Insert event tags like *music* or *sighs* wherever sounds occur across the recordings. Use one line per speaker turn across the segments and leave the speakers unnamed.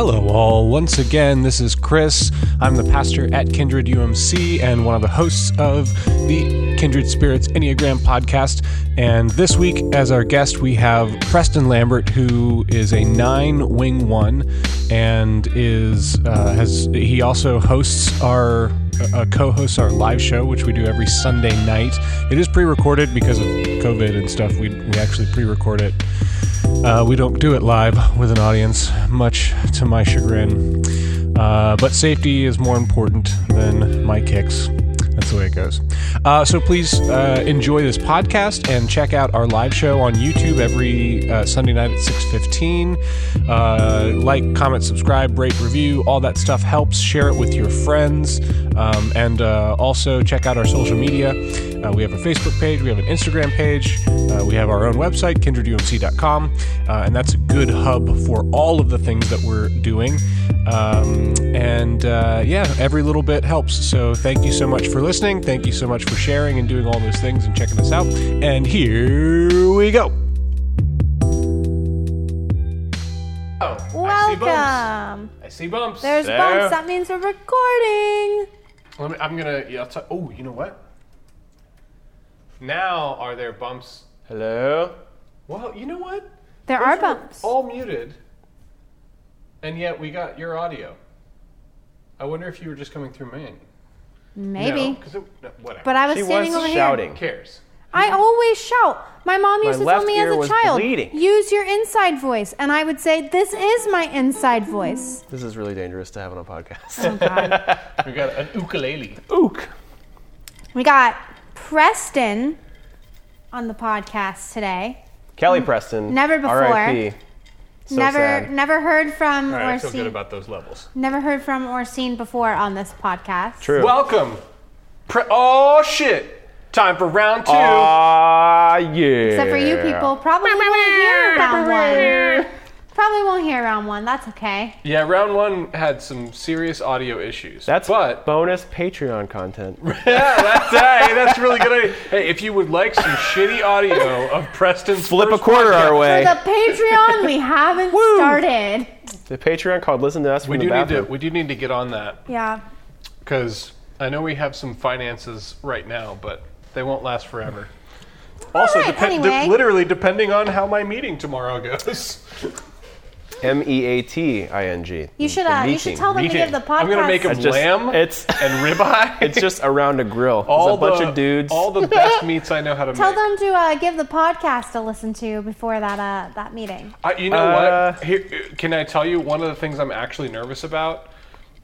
Hello, all. Once again, this is Chris. I'm the pastor at Kindred UMC and one of the hosts of the Kindred Spirits Enneagram podcast. And this week, as our guest, we have Preston Lambert, who is a nine wing one, and is uh, has he also hosts our uh, co-hosts our live show, which we do every Sunday night. It is pre-recorded because of COVID and stuff. We we actually pre-record it. Uh, we don't do it live with an audience, much to my chagrin. Uh, but safety is more important than my kicks. That's the way it goes. Uh, so please uh, enjoy this podcast and check out our live show on YouTube every uh, Sunday night at 6.15. Uh, like, comment, subscribe, rate, review. All that stuff helps. Share it with your friends. Um, and uh, also check out our social media. Uh, we have a Facebook page. We have an Instagram page. Uh, we have our own website, kindredumc.com. Uh, and that's a good hub for all of the things that we're doing. Um, and uh, yeah, every little bit helps. So thank you so much for listening. Thank you so much for sharing and doing all those things and checking us out. And here we go. Oh,
Welcome.
I see bumps.
There's
So-
bumps. That means we're recording.
Let me, I'm gonna. Yeah, I'll t- oh, you know what? Now are there bumps?
Hello?
Well, you know what?
There are bumps.
All muted, and yet we got your audio. I wonder if you were just coming through mine.
Maybe.
No, 'cause it- no, whatever.
But I was
She
standing
was
over
Who
shouting.
cares?
here. I always shout. My mom used to tell
left
me as
ear
a
was
child,
bleeding.
use your inside voice. And I would say, this is my inside voice.
This is really dangerous to have on a podcast. *laughs*
Oh, God.
We got an
*laughs*
ukulele.
Ook.
we got Preston on the podcast today.
Kelly Preston.
Mm. Never before.
R.I.P. So
never
sad.
never heard from
All
or
right, I feel
seen
good about those levels.
never heard from or seen before on this podcast.
True.
Welcome. Pre- oh shit! Time for round two.
Ah, yeah.
Except for you people, probably won't hear round one. Probably won't hear round one. That's okay.
yeah, round one had some serious audio issues.
That's
but
bonus Patreon content.
Yeah, that's hey, that's really good. Idea. Hey, if you would like some shitty audio of Preston's
Flip a
first
quarter
podcast,
our way.
The Patreon we haven't started.
The Patreon called Listen to Us from
*laughs* we
the
do need to
Bathroom.
we do need to get on that
Yeah.
because I know we have some finances right now, but they won't last forever.
Also,
Also,
right,
depen- de-
anyway.
literally depending on how my meeting tomorrow goes.
M E A T I N G.
You should uh, you should tell them to give the
*laughs*
podcast.
I'm gonna make them
It's just-
lamb
it's-
and ribeye.
*laughs* It's just around a grill.
all
All There's a bunch
the,
of dudes.
All the best meats I know how to
Tell
make.
them to uh, give the podcast a listen to before that uh, that meeting.
I, you know
Uh,
what? Here, can I tell you one of the things I'm actually nervous about?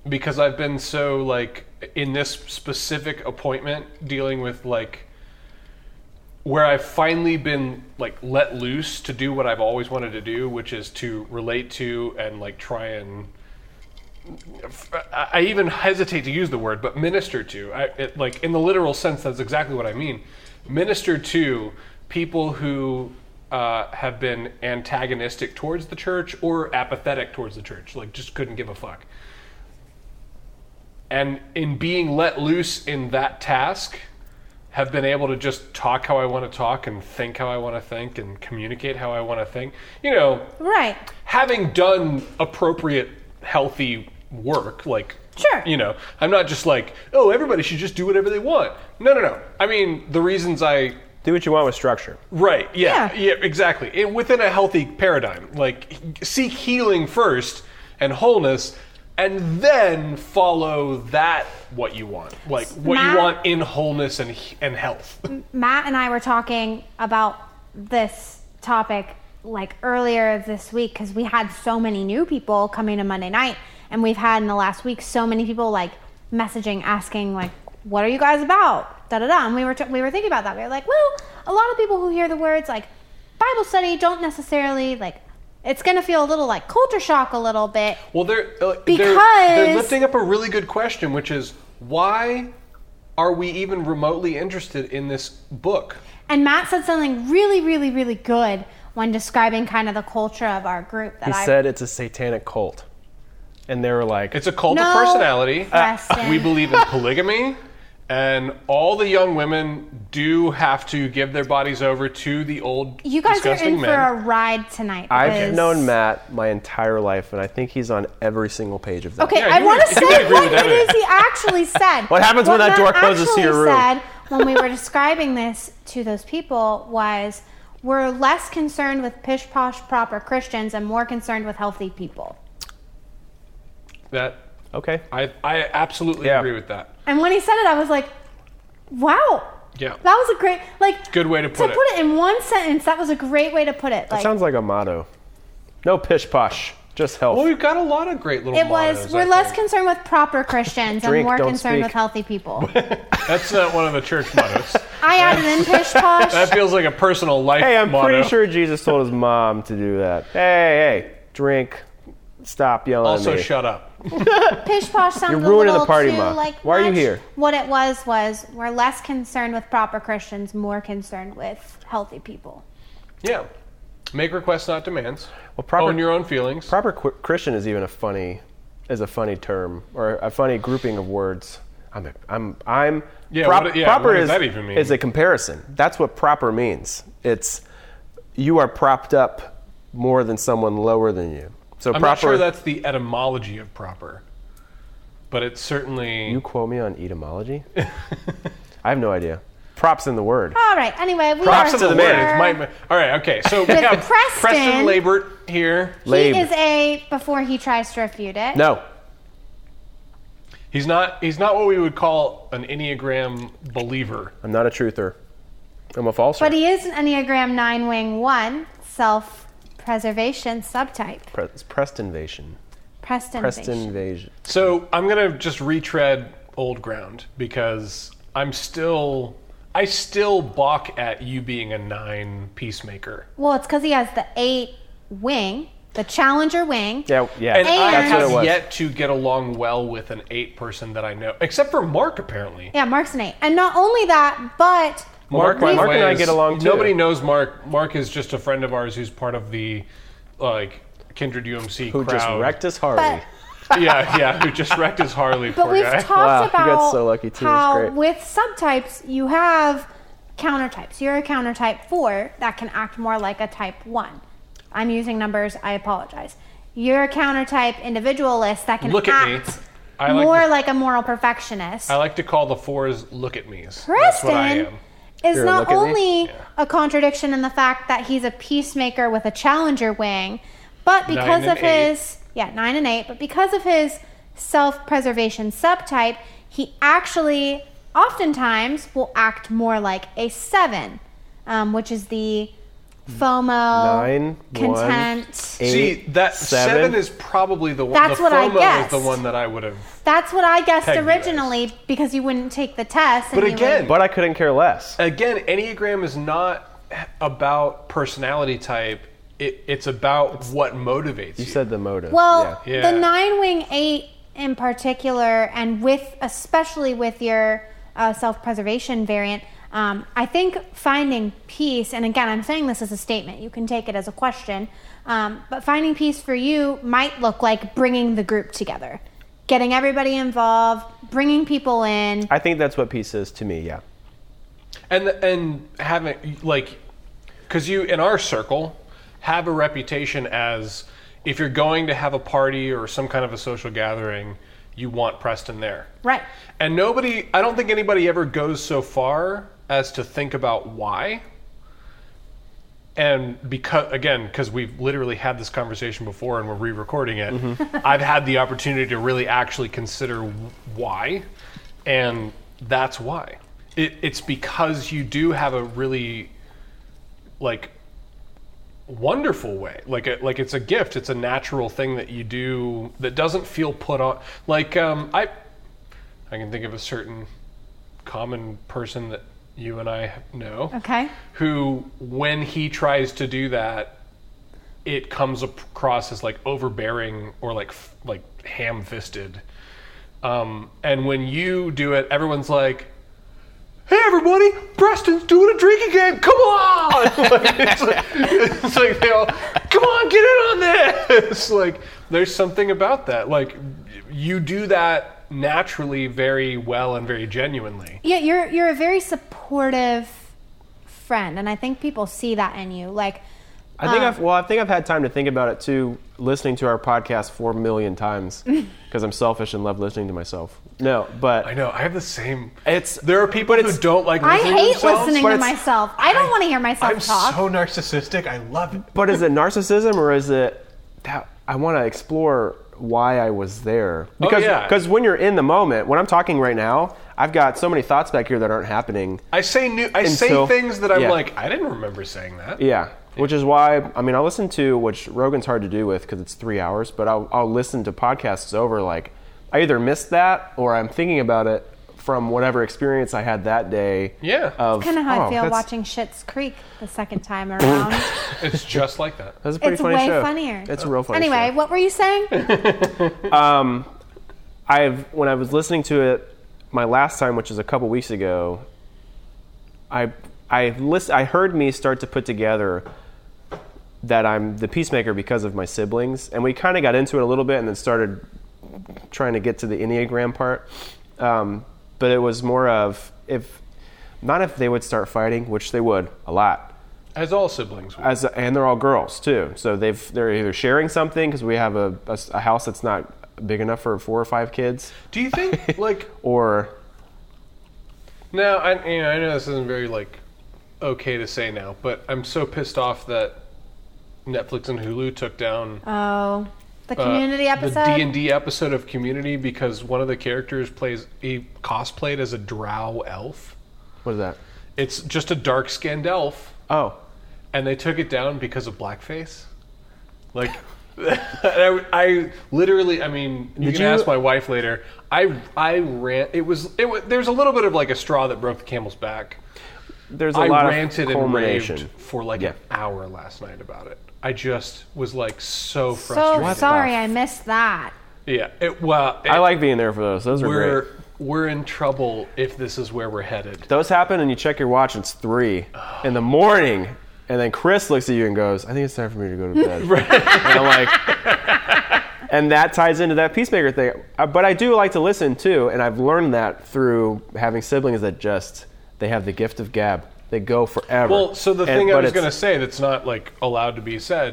Because I've been so like in this specific appointment dealing with like where I've finally been like let loose to do what I've always wanted to do, which is to relate to and like try and I I even hesitate to use the word, but minister to, I, it, like in the literal sense, that's exactly what I mean. Minister to people who uh, have been antagonistic towards the church or apathetic towards the church, like just couldn't give a fuck. And in being let loose in that task, have been able to just talk how I want to talk and think how I want to think and communicate how I want to think. You know,
Right.
having done appropriate healthy work like
Sure.
you know i'm not just like oh everybody should just do whatever they want no no no i mean the reasons i
do what you want with structure.
right yeah
Yeah.
yeah, exactly and within a healthy paradigm like he- seek healing first and wholeness and then follow that what you want like what
Matt-
you want in wholeness and he- and health *laughs*
Matt and I were talking about this topic like earlier this week because we had so many new people coming to Monday night, and we've had in the last week so many people like messaging asking like, "What are you guys about?" Da da da. And we were t- we were thinking about that. We were like, "Well, a lot of people who hear the words like Bible study don't necessarily like." It's gonna feel a little like culture shock a little bit.
Well, they're, uh, they're- they're
Because-
lifting up a really good question, which is why are we even remotely interested in this book?
And Matt said something really, really, really good when describing kind of the culture of our group. That
He
I
said it's a satanic cult. And they were like,
It's a cult
No, *laughs*
of personality.
Preston.
we believe in polygamy And all the young women do have to give their bodies over to the old
You guys are
disgusting
in
men.
for a ride tonight.
I've
because-
known Matt my entire life, and I think he's on every single page of that.
Okay,
Yeah,
I
you
want
would-
to
you would
say
agree
what
with
it is
everything.
he
*laughs*
actually said.
What happens when
What Matt
that door closes to your
actually
room?
Said when we
*laughs*
were describing this to those people was we're less concerned with pish posh proper Christians and more concerned with healthy people.
That
Okay.
I I absolutely
Yeah.
agree with that.
And when he said it, I was like, wow.
Yeah.
That was a great like
Good way to put
to
it.
put it in one sentence. That was a great way to put it.
That
Like
sounds like a motto. No pish posh, just health.
Well, we've got a lot of great little.
it was.
mottos,
We're
I
less
think.
concerned with proper Christians and
Drink,
more
don't
concerned
speak.
with healthy
*laughs*
people.
That's not one of the church
*laughs*
mottos.
I added
*laughs*
in pish posh.
That feels like a personal life.
hey, I'm
motto.
pretty sure Jesus told his mom to do that. Hey, hey, drink. Stop yelling
Also,
at me.
shut up.
Pish posh sounds
You're
a
ruining the
little
party,
too
Ma.
like.
Why are you
much.
here?
What it was was we're less concerned with proper Christians, more concerned with healthy people.
Yeah. Make requests, not demands.
Well, proper-
Own your own feelings.
Proper qu- Christian is even a funny, is a funny term or a funny grouping of words. I'm, a, I'm, I'm.
Yeah, what- yeah,
proper
what does
is
that even mean?
is a comparison. That's what proper means. It's you are propped up more than someone lower than you. So
I'm
proper.
not sure that's the etymology of proper, but it's certainly
you quote me on etymology. *laughs* I have no idea. Props in the word.
All right. Anyway, we
Props
are
to the
here.
man.
It might- all right, okay. So we
With
have
Preston-
Preston Labert here.
Labe.
He is a before he tries to refute it.
no.
He's not. He's not what we would call an enneagram believer.
I'm not a truther. I'm a falser.
But he is an Enneagram Nine Wing One, self-preservation subtype.
Pre- it's Prestonvasion.
Preston. Preston.
Prestonvasion.
So I'm gonna just retread old ground because I'm still. I still balk at you being a nine peacemaker.
Well, it's because he has the Eight Wing, the Challenger Wing.
Yeah, yeah.
And I
And-
that's what it
have
was.
yet to get along well with an eight person that I know, except for Mark apparently.
Yeah, Mark's an eight. And not only that, but
Mark-
by the
Mark and
way,
I
is-
get along, too.
Nobody knows Mark. Mark is just a friend of ours who's part of the like Kindred UMC
Who
crowd.
just wrecked his Harley.
*laughs*
but
yeah, yeah, who just wrecked his Harley.
But
poor
we've
guy.
talked
Wow, you got
about
so lucky too. It's
how
great.
with subtypes you have countertypes. You're a countertype four that can act more like a type one. I'm using numbers. I apologize. You're a countertype individualist that can
Look at me.
act
I like
more
to-
like a moral perfectionist.
I like to call the fours "look at me's." That's what I
Preston
am.
is
You're a
not
look at me?
only a contradiction in the fact that he's a peacemaker with a challenger wing, but because
and
of
eight.
his yeah, nine and eight, but because of his self preservation subtype, he actually oftentimes will act more like a seven, um, which is the FOMO
Nine, one,
content.
eight,
See that seven,
seven
is probably the one.
That's
the
what I
FOMO
guessed.
is the one that I would have.
That's what I guessed
Peg you guys.
originally because you wouldn't take the test. And
But
you
again,
would-
But I couldn't care less.
Again, enneagram is not about personality type. It, it's about what motivates you.
You said the motive.
Well,
yeah.
Yeah.
the nine wing eight in particular, and with especially with your uh, self preservation variant, um, I think finding peace, and again, I'm saying this as a statement, you can take it as a question, um, but finding peace for you might look like bringing the group together, getting everybody involved, bringing people in.
I think that's what peace is to me. Yeah.
and and having like because you in our circle have a reputation as if you're going to have a party or some kind of a social gathering you want preston there
Right.
and nobody i don't think anybody ever goes so far as to think about why and because again because we've literally had this conversation before and we're re-recording it *laughs* i've had the opportunity to really actually consider why and that's why it, it's because you do have a really like wonderful way like a, like it's a gift it's a natural thing that you do that doesn't feel put on like um i i can think of a certain common person that you and i know
Okay.
who when he tries to do that it comes across as like overbearing or like f- like ham-fisted um, and when you do it everyone's like
hey everybody, Preston's doing a drinking game. Come on! *laughs* Like, it's, like, it's like they all, come on, get in on this. *laughs* Like there's something about that. Like you do that naturally, very well, and very genuinely.
Yeah, you're you're a very supportive friend, and I think people see that in you. Like,
I think I've well, I think I've had time to think about it too. Listening to our podcast four million times because I'm selfish and love listening to myself. No, but
I know. I have the same.
It's-
there *laughs* are people who don't like.
I
Listening to
hate
themselves,
listening
but
to
it's-
myself. I don't want to hear myself
I'm
talk.
so narcissistic. I love it.
But is it narcissism or is it that I want to explore why I was there? Because
Oh, yeah.
cause when you're in the moment, when I'm talking right now, I've got so many thoughts back here that aren't happening.
I say new. I say
so-
things that I'm
yeah.
like. I didn't remember saying that.
Yeah. Which is why, I mean, I'll listen to, which Rogan's hard to do with because it's three hours, but I'll, I'll listen to podcasts over. Like, I either missed that or I'm thinking about it from whatever experience I had that day.
Yeah.
Of,
kind of how
"Oh,
I feel
that's-
watching Shit's Creek the second time around.
It's just like that.
That's a pretty
it's
funny
way
show.
funnier.
It's a real funny show. Uh,
anyway, what were you
*laughs*
saying?
I've when I was listening to it my last time, which was a couple weeks ago, I I list I heard me start to put together that I'm the peacemaker because of my siblings, and we kind of got into it a little bit, and then started trying to get to the enneagram part. Um, but it was more of if not if they would start fighting, which they would a lot
As all siblings. Would.
as and they're all girls too. So they've they're either sharing something because we have a, a s- a house that's not big enough for four or five kids,
Do you
*laughs*
think like
or
now? I you know I know this isn't very like okay to say now, but I'm so pissed off that Netflix and Hulu took down
oh, the
uh,
community episode.
the D and D episode of Community because one of the characters plays he cosplayed as a Drow elf.
What is that?
It's just a dark skinned elf,
Oh,
and they took it down because of blackface.
*laughs*
Like, I, I literally, I mean, you
Did
can
you-
ask my wife later. I I ran. It was it. wa- There's a little bit of like a straw that broke the camel's back.
there's a
I
lot
ranted
of
and
culmination.
raved for like
Yeah.
an hour last night about it. I just was like so frustrated.
so
What
sorry,
the
I missed that.
yeah. It, well, it-
I like being there for those. Those are
we're
great.
we're in trouble if this is where we're headed.
Those happen, and you check your watch. It's three in the morning, and then Chris looks at you and goes, "I think it's time for me to go to
*laughs*
bed." And I'm like, *laughs* and that ties into that peacemaker thing. Uh, But I do like to listen too, and I've learned that through having siblings that just they have the gift of gab. They go forever.
Well, so the
And-
thing I
but
was
it's-
going to say that's not like allowed to be said,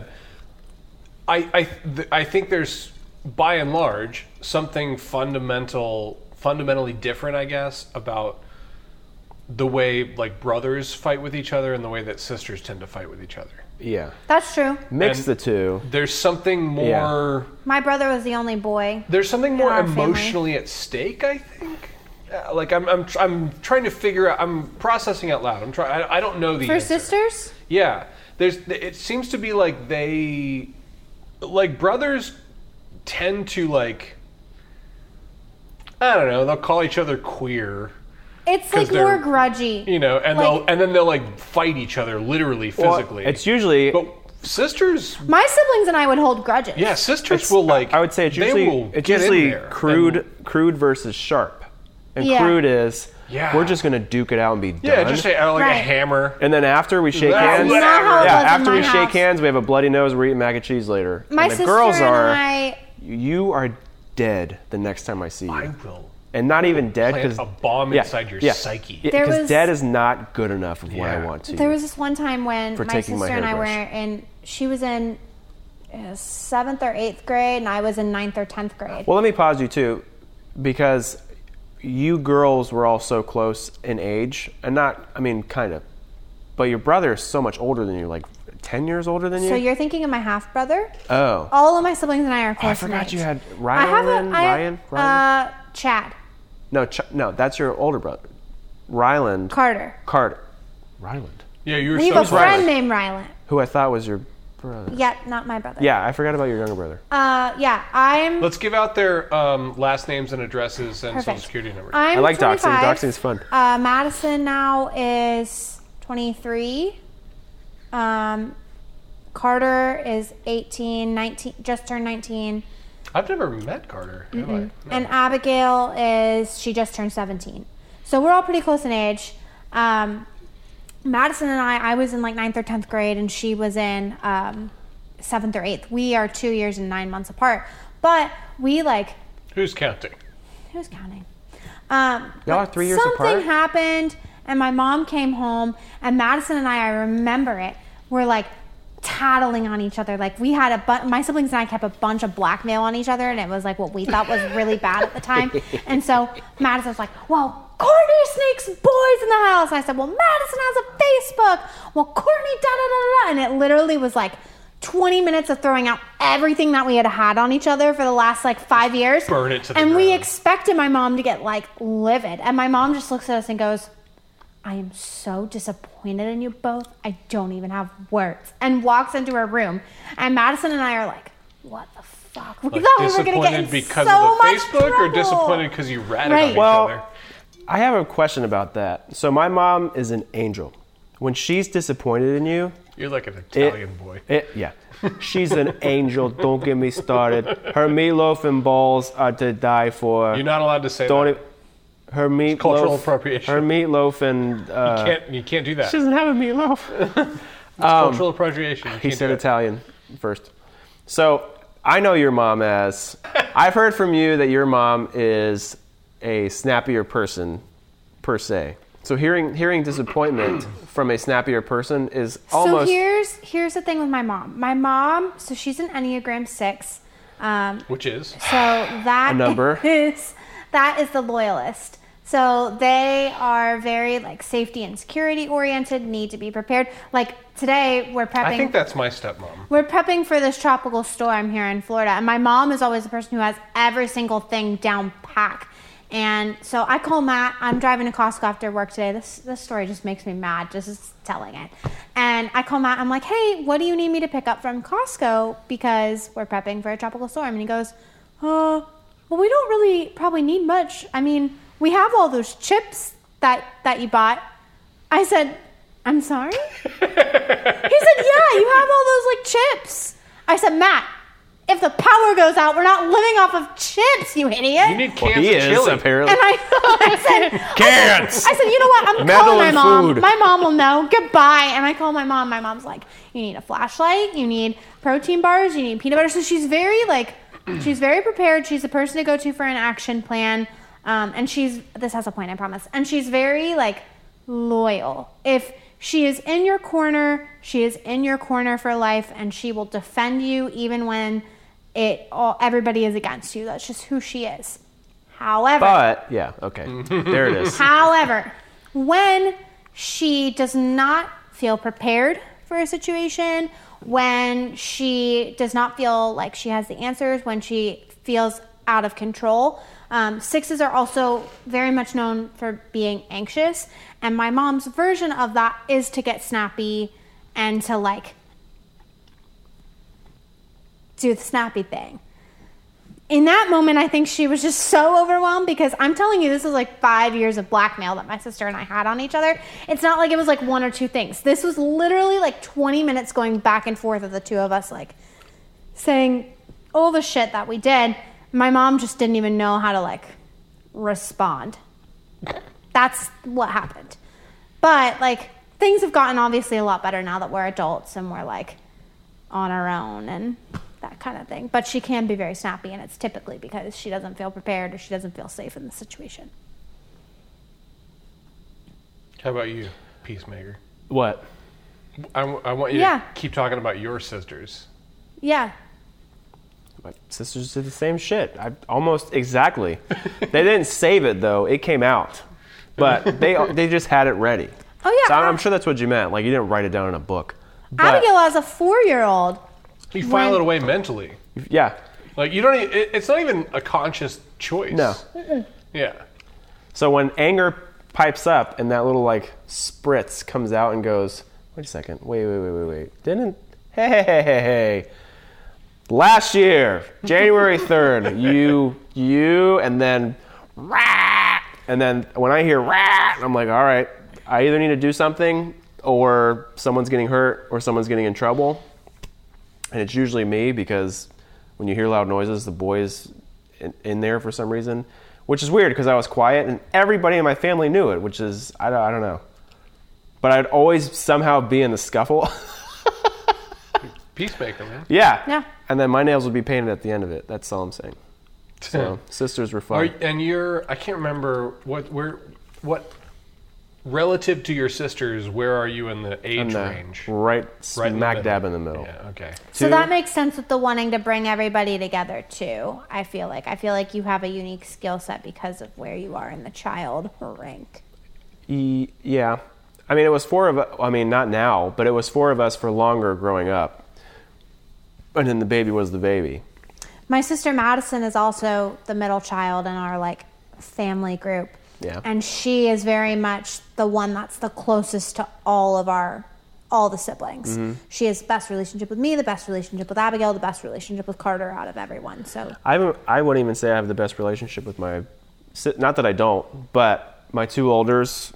I I th- I think there's by and large something fundamental fundamentally different, I guess, about the way like brothers fight with each other and the way that sisters tend to fight with each other.
yeah,
That's true.
mix
And-
the two.
There's something
Yeah.
more.
My brother was the only boy.
There's something more
our family.
emotionally at stake, I think. Uh, Like I'm, I'm, tr- I'm trying to figure out. I'm processing out loud. I'm trying. I don't know the
For
answer.
sisters,
Yeah, there's. It seems to be like they, like brothers, tend to like. I don't know. They'll call each other queer,
it's
'Cause
like more
they're-
grudgy.
you know, and
Like-
they'll and then they'll like fight each other literally,
Well,
physically.
it's usually
but sisters.
My siblings and I would hold grudges.
Yeah, sisters
It's-
will like.
I would say it's
they
usually
will
it's
get in
usually
there
crude
and-
crude versus sharp, and
Yeah.
crude is
Yeah.
we're just gonna duke it out and be done.
yeah, just say, uh, like a
Right.
hammer.
and then after we shake
That's
hands,
not
yeah,
how it
was in
after
my
we shake
house.
hands, we have a bloody nose. We're eating mac and cheese later.
My
and the
sister
girls
and
are
I.
you are dead the next time I see you,
I will.
and not even dead
plant
because
a bomb inside your psyche.
There
Because
was-
dead is not good enough of what I
Yeah.
want to.
There was this one time when
For
my sister
taking my
and I were
hairbrush.
in, she was in uh, seventh or eighth grade, and I was in ninth or tenth grade.
Well, let me pause you too, because you girls were all so close in age, and not, I mean, kind of, but your brother is so much older than you, like ten years older than you.
so you're thinking of my half brother?
oh,
All of my siblings and I are close.
I forgot
in
you
age.
had
I
Ryan.
have a I,
Ryan. Ryan.
Uh, Chad
no, Ch- no, that's your older brother, Ryland
Carter.
Carter. Ryland,
Yeah, you were
We have
so
a friend
close.
named Rylan.
who I thought was your brother.
Yeah, not my brother.
Yeah, I forgot about your younger brother.
Uh, yeah, I'm.
Let's give out their um, last names and addresses and social
Perfect.
security numbers.
I'm
I like doxing.
25.
Doxing's fun.
Uh, Madison now is 23. Um, Carter is 18, 19, just turned 19.
I've never met Carter, have I? No.
And Abigail is, she just turned 17. So we're all pretty close in age. Um, Madison and I, I was in like ninth or tenth grade, and she was in um, seventh or eighth. We are two years and nine months apart, but we like
Who's counting?
who's counting? Um,
Y'all
but
are three years
something
apart?
happened, and my mom came home, and Madison and I, I remember it, were like tattling on each other. Like we had a bunch, my siblings and I kept a bunch of blackmail on each other, and it was like what we thought was really bad at the time. And so Madison was like, well, Courtney sneaks boys in the house. And I said, well, Madison has a Facebook. Well, Courtney, da da da da. da. And it literally was like, 20 minutes of throwing out everything that we had had on each other for the last like five years.
Burn it to the
And we
ground.
expected my mom to get like livid. And my mom just looks at us and goes, I am so disappointed in you both. I don't even have words. And walks into her room. And Madison and I are like, what the fuck? We
Like
thought we were going
disappointed
to get in
because
so
of the
much
Facebook or
trouble.
disappointed because you ratted on
Right.
each
Well,
other?
I have a question about that. So my mom is an angel. When she's disappointed in you,
You're like an
it-
Italian boy.
it- yeah, she's an angel. Don't get me started. Her meatloaf and balls are to die for.
You're not allowed to say
Don't e-
that.
it, her meatloaf.
cultural appropriation.
Her meatloaf and uh,
you can't. You can't do that.
she doesn't have a meatloaf.
Cultural appropriation. You
*laughs* um, He
can't *laughs*
said
do
Italian first. So I know your mom as. I've heard from you that your mom is a snappier person, per se. So hearing hearing disappointment from a snappier person is almost.
So here's here's the thing with my mom. My mom, so she's an Enneagram 6. Um,
it. Which is
So that
A number.
*laughs* is- that is the loyalist. So they are very like safety and security oriented. Need to be prepared. Like today, we're prepping.
I think that's my
*laughs*
stepmom.
we're prepping for this tropical storm here in Florida, and my mom is always the person who has every single thing down pack. And so I call Matt. I'm driving to Costco after work today. This this story just makes me mad just telling it. And I call Matt. I'm like, hey, what do you need me to pick up from Costco because we're prepping for a tropical storm? And he goes, uh, well, we don't really probably need much. I mean, we have all those chips that that you bought. I said, I'm sorry. He said, Yeah, you have all those like chips. I said, Matt, if the power goes out, we're not living off of chips, you idiot.
You need
Well,
cans
he
of
is
chili.
apparently.
and I, *laughs* I said,
Cans.
I said, you know what? I'm
Metal
calling my
and
mom.
food.
My mom will know. Goodbye. And I call my mom. My mom's like, you need a flashlight. You need protein bars. You need peanut butter. So she's very like, she's very prepared. She's the person to go to for an action plan. Um, and she's this has a point, I promise. And she's very like loyal. If she is in your corner, she is in your corner for life, and she will defend you even when it all everybody is against you. That's just who she is. However,
But yeah, okay, there it is.
However, when she does not feel prepared for a situation, when she does not feel like she has the answers, when she feels out of control, um, sixes are also very much known for being anxious. And my mom's version of that is to get snappy and to like do the snappy thing in that moment, I think she was just so overwhelmed because I'm telling you, this was like five years of blackmail that my sister and I had on each other. It's not like it was like one or two things. This was literally like 20 minutes going back and forth of the two of us, like saying all the shit that we did. My mom just didn't even know how to like respond. That's what happened. But like things have gotten obviously a lot better now that we're adults and we're like on our own and that kind of thing. But she can be very snappy, and it's typically because she doesn't feel prepared or she doesn't feel safe in the situation.
How about you, peacemaker?
What?
I, w- I want you
Yeah.
to keep talking about your sisters.
Yeah.
My sisters did the same shit. I, almost exactly. they didn't save it though. It came out, but they they just had it ready.
Oh, yeah.
So I'm, I'm sure that's what you meant. Like you didn't write it down in a book. But-
Abigail as a four-year-old.
You file it
When-
away mentally.
Yeah.
Like you don't. Even, it, it's not even a conscious choice.
No.
Yeah.
So when anger pipes up and that little like spritz comes out and goes, wait a second, wait, wait, wait, wait, wait. Didn't *laughs* hey hey hey hey hey. Last year, January third, *laughs* you you and then *laughs* rah, and then when I hear *laughs* rah, I'm like, all right, I either need to do something or someone's getting hurt or someone's getting in trouble. and it's usually me because when you hear loud noises, the boys in, in there for some reason, which is weird because I was quiet and everybody in my family knew it, which is I don't, I don't know. but I'd always somehow be in the scuffle. *laughs*
Peacemaker, man.
yeah.
Yeah.
And then my nails would be painted at the end of it. That's all
*laughs*
I'm saying. So sisters were fun.
Are, and you're I can't remember what where what relative to your sisters, where are you in the
In
age
the-
range?
Right,
Right in the
smack
middle.
dab in the middle.
Yeah, okay.
So
Two-
that makes sense with the wanting to bring everybody together too. I feel like I feel like you have a unique skill set because of where you are in the child rank.
E- yeah. I mean, it was four of I mean, not now, but it was four of us for longer growing up. And then the baby was the baby.
My sister Madison is also the middle child in our like family group.
Yeah.
And she is very much the one that's the closest to all of our all the siblings.
Mm-hmm.
She has the best relationship with me, the best relationship with Abigail, the best relationship with Carter out of everyone. So
I haven't- I wouldn't even say I have the best relationship with my si- not that I don't, but my two olders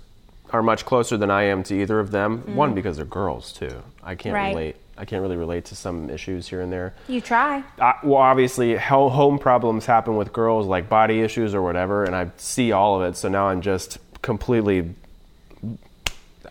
are much closer than I am to either of them. One because they're girls too. I can't
Right.
relate. I can't really relate to some issues here and there.
you try.
I, well, obviously, ho- home problems happen with girls, like body issues or whatever, and I see all of it. So now I'm just completely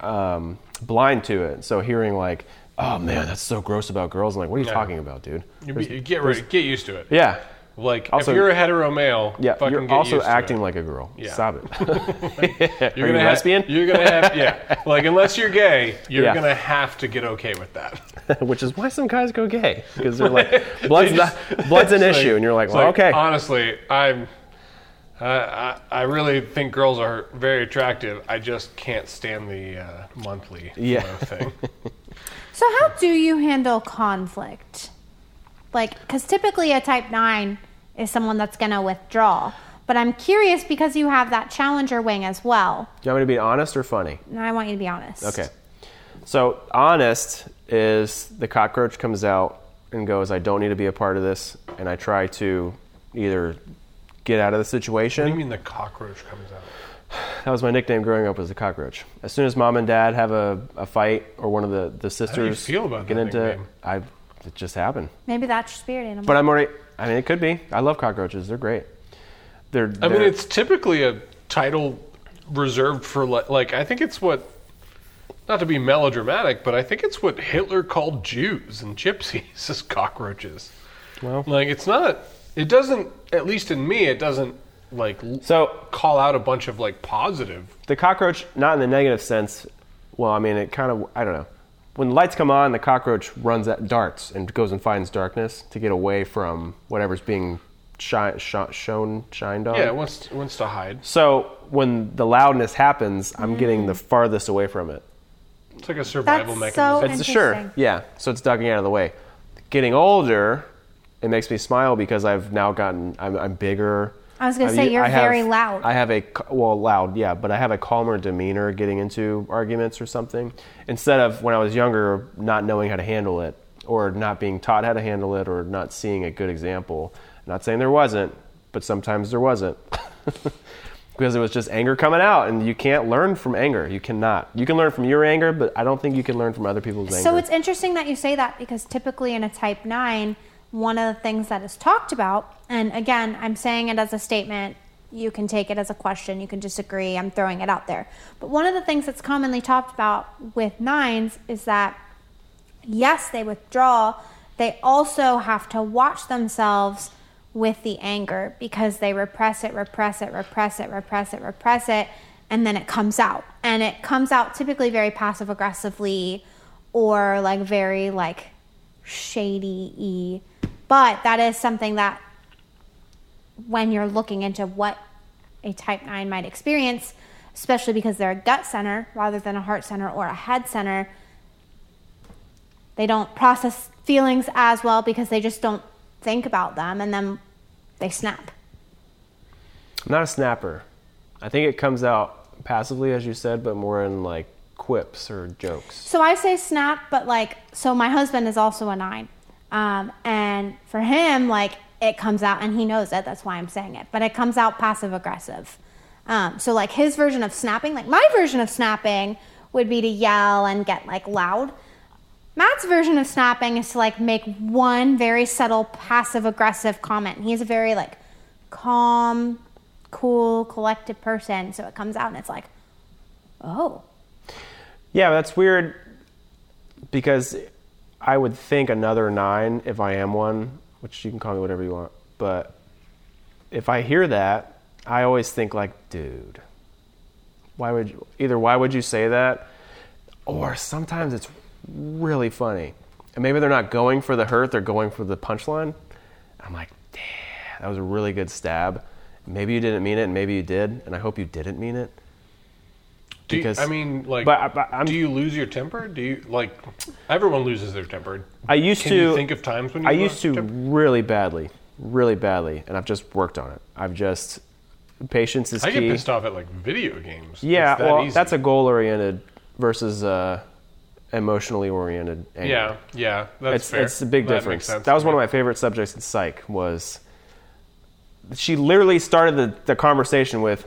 um, blind to it. So hearing like, "Oh man, that's so gross about girls," I'm like, "What are you
Yeah.
talking about, dude?"
You be- you get rid, get used to it.
Yeah,
Like
Also-
if you're a hetero male,
yeah.
fucking
You're
get
also
used to
acting
it.
like a girl.
Yeah.
Stop it. *laughs*
you're
Are you
gonna have-
lesbian?
you're gonna have
*laughs*
yeah. Like unless you're gay, you're
Yeah.
gonna have to get okay with that.
Which is why some guys go gay because they're
*laughs*
like, blood's,
They just- *laughs*
not, blood's an
It's
issue, and you're like,
it's
well, okay.
Honestly, I'm. I, I I really think girls are very attractive. I just can't stand the uh, monthly
*laughs* Yeah.
flow thing.
So how do you handle conflict? Like, because typically a type nine is someone that's going to withdraw. But I'm curious because you have that challenger wing as well.
Do you want me to be honest or funny?
And I want you to be honest.
Okay. So honest is the cockroach comes out and goes, I don't need to be a part of this, and I try to either get out of the
I
situation.
mean, the cockroach comes out.
That was my nickname growing up was the cockroach. As soon as mom and dad have a, a fight or one of the, the sisters
feel about
get
that
into
nickname?
I it just happened.
Maybe that's your spirit animal.
But I'm already I mean it could be. I love cockroaches. They're great. They're,
I mean,
they're-
it's typically a title reserved for li- like I think it's what. Not to be melodramatic, but I think it's what Hitler called Jews and gypsies *laughs* as cockroaches.
Well-
like it's not. It doesn't. At least in me, it doesn't like l-
so
call out a bunch of like positive
the cockroach, not in the negative sense. Well, I mean, it kind of, I don't know. When the lights come on, the cockroach runs at darts and goes and finds darkness to get away from whatever's being shi- shi- shown, shined on.
Yeah, it wants it wants to hide.
So when the loudness happens, I'm getting the
Mm.
farthest away from it.
It's like a survival
That's
mechanism.
so-
It's
Interesting.
sure, yeah. So it's ducking out of the way. Getting older, it makes me smile because I've now gotten I'm, I'm bigger.
I was gonna
I'm
say,
u-
you're
I have-
very loud.
I have a c- well loud, yeah, but I have a calmer demeanor getting into arguments or something instead of when I was younger not knowing how to handle it or not being taught how to handle it or not seeing a good example. Not saying there wasn't, but sometimes there wasn't. *laughs* because it was just anger coming out and you can't learn from anger. You cannot. You can learn from your anger, but I don't think you can learn from other people's anger.
So it's interesting that you say that because typically in a type 9, one of the things that is talked about, and again, I'm saying it as a statement, you can take it as a question, you can disagree, I'm throwing it out there. But one of the things that's commonly talked about with nines is that yes, they withdraw, they also have to watch themselves with the anger because they repress it, repress it, repress it, repress it, repress it, and then it comes out. And it comes out typically very passive aggressively or like very like shady y. But that is something that when you're looking into what a type 9 might experience, especially because they're a gut center rather than a heart center or a head center, they don't process feelings as well because they just don't think about them and then they snap.
I'm not a snapper. I think it comes out passively, as you said, but more in like quips or jokes.
So I say snap, but like, so my husband is also a nine. Um, and for him, like, it comes out, and he knows it. That's why I'm saying it. But it comes out passive aggressive. Um, so, like, his version of snapping, like, my version of snapping would be to yell and get, like, loud. Matt's version of snapping is to, like, make one very subtle passive aggressive comment. He's a very, like, calm, cool, collected person. So it comes out, and it's like, oh.
Yeah, that's weird because I would think another nine if I am one, which you can call me whatever you want. But if I hear that, I always think like, dude, why would you, either why would you say that, or sometimes it's really funny, and maybe they're not going for the hurt, they're going for the punchline. I'm like, damn, that was a really good stab. Maybe you didn't mean it, and maybe you did, and I hope you didn't mean it.
Do you-
Because-
I mean, like,
but- but I'm-
do you lose your temper? Do you like? Everyone loses their temper.
I used
Can
to
you think of times when you
I
lost
used to
your temper?
really badly, really badly, and I've just worked on it. I've just patience is
I
key.
get pissed off at like video games.
Yeah,
It's that
well,
easy.
that's a goal oriented versus uh, emotionally oriented. Anger.
yeah, yeah. That's
it's
fair.
it's a big
That makes
difference.
sense
That was
to
one of
me.
my favorite subjects in psych was. She literally started the, the conversation with,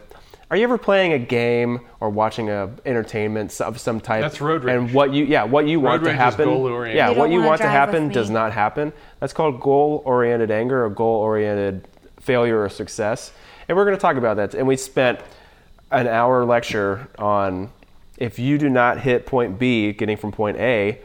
"Are you ever playing a game or watching a entertainment of some type?"
That's road rage.
And what you yeah what you want to
rage is
happen
goal-oriented.
yeah
You
what
don't
you
wanna
want to
drive with
happen does
me.
not happen. That's called goal oriented anger or goal oriented failure or success. And we're going to talk about that. And we spent an hour lecture on if you do not hit point B, getting from point A,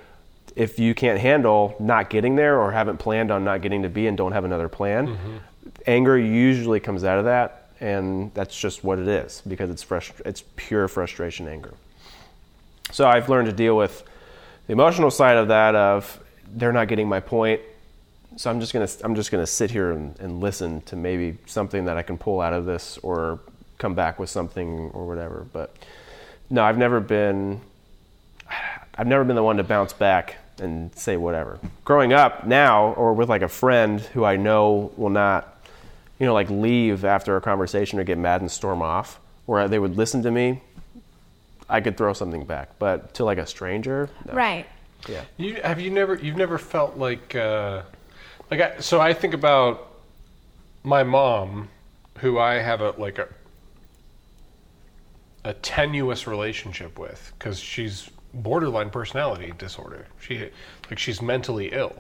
if you can't handle not getting there or haven't planned on not getting to B and don't have another plan, anger usually comes out of that, and that's just what it is because it's frust- it's pure frustration anger. So I've learned to deal with the emotional side of that of they're not getting my point. So I'm just gonna I'm just gonna sit here and, and listen to maybe something that I can pull out of this or come back with something or whatever. But no, I've never been I've never been the one to bounce back and say whatever. Growing up now, or with like a friend who I know will not, you know, like leave after a conversation or get mad and storm off, where they would listen to me, I could throw something back. But to like a stranger, no.
Right.
Yeah.
You have you never you've never felt like uh, like I, so I think about my mom, who I have a like a a tenuous relationship with because she's borderline personality disorder. She like she's mentally ill.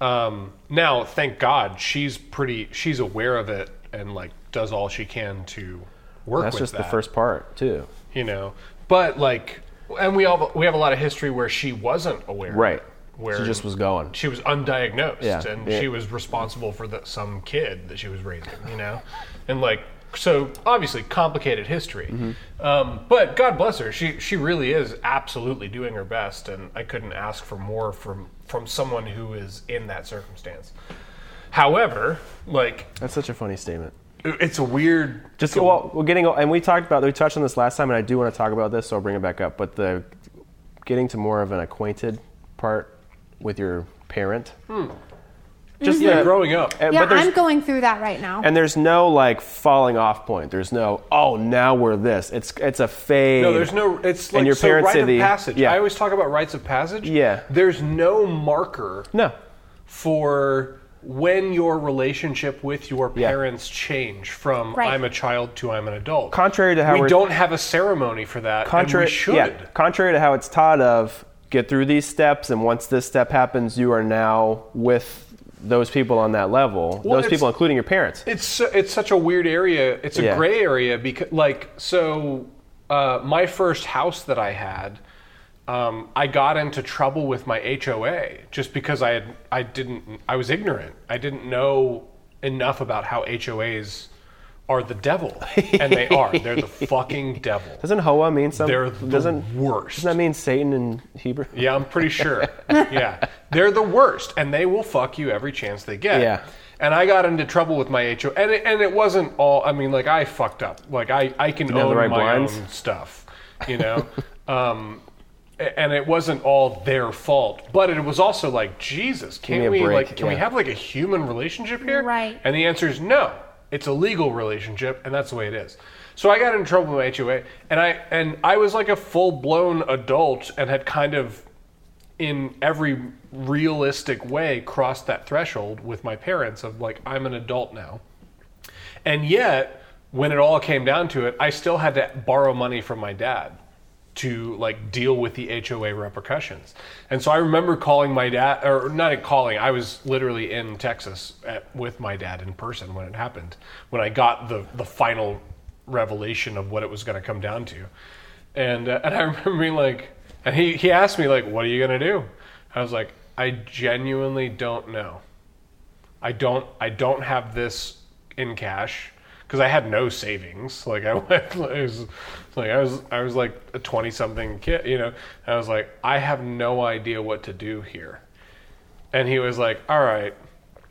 Um, now, thank God, she's pretty. She's aware of it and like does all she can to work.
That's
with
just the
that
first part too.
you know. But like, and we all we have a lot of history where she wasn't aware,
Right.
Where
She just was going.
she was undiagnosed,
Yeah.
and
Yeah.
she was responsible for the, some kid that she was raising, you know, and like. So obviously complicated history,
Mm-hmm.
um, but God bless her. She she really is absolutely doing her best, and I couldn't ask for more from from someone who is in that circumstance. However, like
That's such a funny statement.
it's a weird
Just well, we're getting and we talked about we touched on this last time, and I do want to talk about this, so I'll bring it back up. But the getting to more of an acquainted part with your parent, just
Hmm. yeah,
the-
growing up.
and-
Yeah,
but there's
I'm going through that right now.
and there's no like falling off point. There's no oh now we're this. It's it's a phase.
No, there's no. It's like
and your
so
parents
rite
say
of
the-
passage.
Yeah,
I always talk about rites of passage.
Yeah.
There's no marker
no.
for when your relationship with your
Yeah.
parents change from
Right.
I'm a child to I'm an adult.
Contrary to how
we
we're-
don't have a ceremony for that.
Contrary,
and we should.
yeah, contrary to how it's taught of get through these steps, and once this step happens, you are now with those people on that level. those
it's-
people, including your parents.
It's su- it's such a weird area. It's a
Yeah.
gray area because like so, uh, my first house that I had, um, I got into trouble with my HOA just because I had I didn't I was ignorant. I didn't know enough about how HOAs are the devil, and they are. They're
*laughs*
the fucking devil.
Doesn't Hoa mean something?
They're the
doesn't
worst.
Doesn't that mean Satan in Hebrew?
Yeah, I'm pretty sure. yeah. They're the worst, and they will fuck you every chance they get.
Yeah.
And I got into trouble with my HO, and it, and it wasn't all. I mean, like I fucked up. Like I I can
have the
own
right
my
blinds?
own stuff, you know. um, a- and it wasn't all their fault, but it was also like Jesus,
me a
can't we
break,
like can we
yeah.
have like a human relationship here?
Right.
And the answer is no. It's a legal relationship, and that's the way it is. So I got in trouble with my HOA, and I and I was like a full blown adult, and had kind of, in every realistic way, crossed that threshold with my parents of like I'm an adult now, and yet when it all came down to it, I still had to borrow money from my dad to like deal with the HOA repercussions. And so I remember calling my dad, or not calling. I was literally in Texas at, with my dad in person when it happened. When I got the the *laughs* final revelation of what it was going to come down to, and uh, and I remember being like, And he, he asked me, like, what are you going to do? I was like, I genuinely don't know. I don't I don't have this in cash because I had no savings. Like I, *laughs* went, I was like I was I was like a twenty something kid, you know. And I was like I have no idea what to do here. And he was like, all right.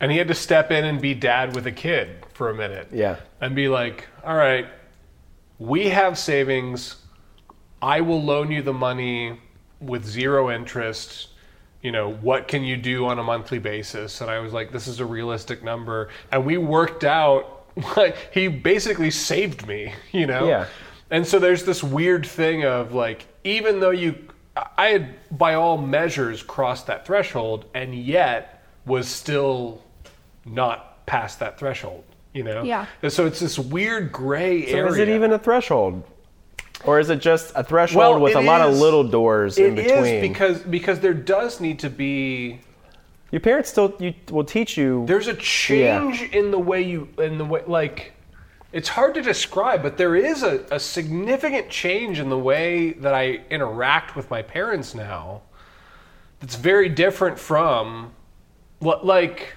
And he had to step in and be dad with a kid for a minute.
Yeah.
And be like, all right, we have savings. I will loan you the money with zero interest. You know, what can you do on a monthly basis? And I was like, this is a realistic number. And we worked out, like, he basically saved me, *laughs* you know?
Yeah.
And so there's this weird thing of like, even though you, I had by all measures crossed that threshold and yet was still not past that threshold, you know?
Yeah.
And so it's this weird gray
So
area.
is it even a threshold? Or is it just a threshold
Well,
with
it
a lot of
is-
little doors in
It is
between?
because because there does need to be
Your parents still you, will teach you.
there's a change in the way you in the way like it's hard to describe but there is a, a significant change in the way that i interact with my parents now that's very different from what like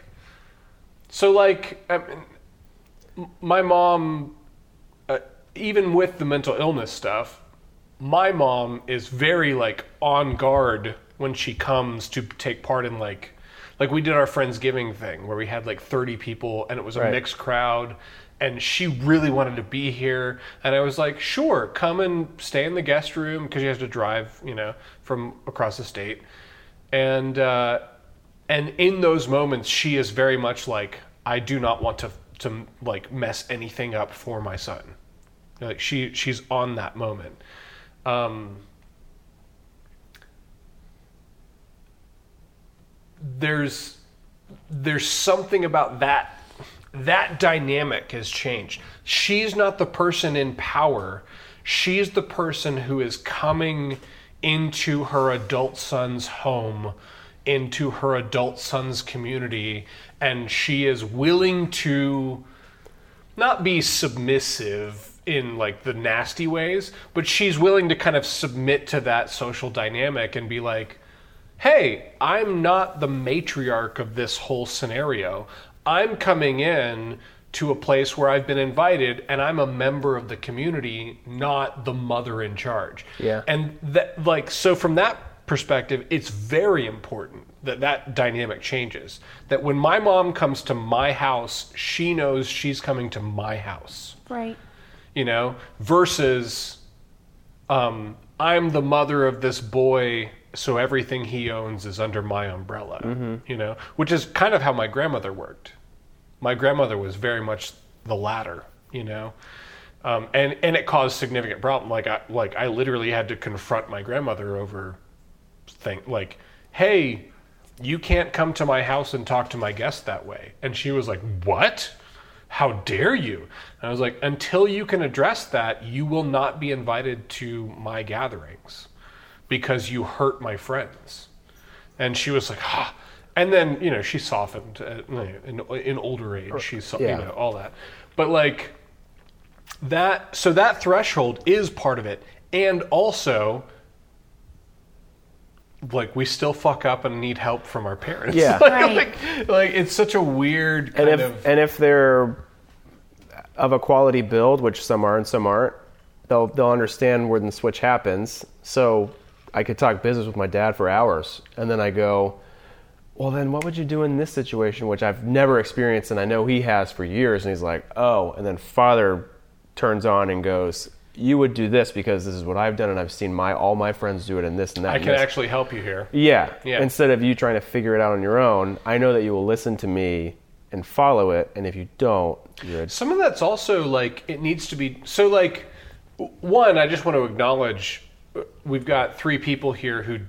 so like I mean, m- my mom uh, even with the mental illness stuff my mom is very like on guard when she comes to take part in like like we did our friendsgiving thing where we had like 30 people and it was a
Right.
mixed crowd and she really wanted to be here and i was like sure come and stay in the guest room because she has to drive you know from across the state and uh, and in those moments she is very much like i do not want to to like mess anything up for my son like she she's on that moment um, there's there's something about that that dynamic has changed. She's not the person in power. She's the person who is coming into her adult son's home, into her adult son's community, and she is willing to not be submissive in like the nasty ways, but she's willing to kind of submit to that social dynamic and be like, hey, I'm not the matriarch of this whole scenario. I'm coming in to a place where I've been invited and I'm a member of the community, not the mother in charge.
Yeah.
And that like so from that perspective, it's very important that that dynamic changes. That when my mom comes to my house, she knows she's coming to my house
Right.
you know, versus um, I'm the mother of this boy, so everything he owns is under my umbrella, you know, which is kind of how my grandmother worked. My grandmother was very much the latter, you know. Um, and, and it caused significant problem. Like I like I literally had to confront my grandmother over thing like, hey, you can't come to my house and talk to my guest that way. And she was like, What? How dare you? And I was like, Until you can address that, you will not be invited to my gatherings because you hurt my friends. And she was like, Ha. And then, you know, she softened uh, in, in older age. She, so,
Yeah.
you know, all that. But like, that so that threshold is part of it and also like we still fuck up and need help from our parents
Yeah.
*laughs* like,
Right.
like, like, it's such a weird kind
and if
of
and if they're of a quality build, which some are and some aren't, they'll they'll understand where the switch happens. So I could talk business with my dad for hours, and then I go, "Well, then what would you do in this situation?" Which I've never experienced, and I know he has for years. And he's like, "Oh," and then father turns on and goes. You would do this because this is what I've done, and I've seen my all my friends do it, and this and that.
i
and
can
this."
actually help you here
Yeah.
Yeah.
Instead of you trying to figure it out on your own, I know that you will listen to me and follow it. And if you don't, you're a
Some of that's also like it needs to be so like w- one. I just want to acknowledge uh, we've got three people here who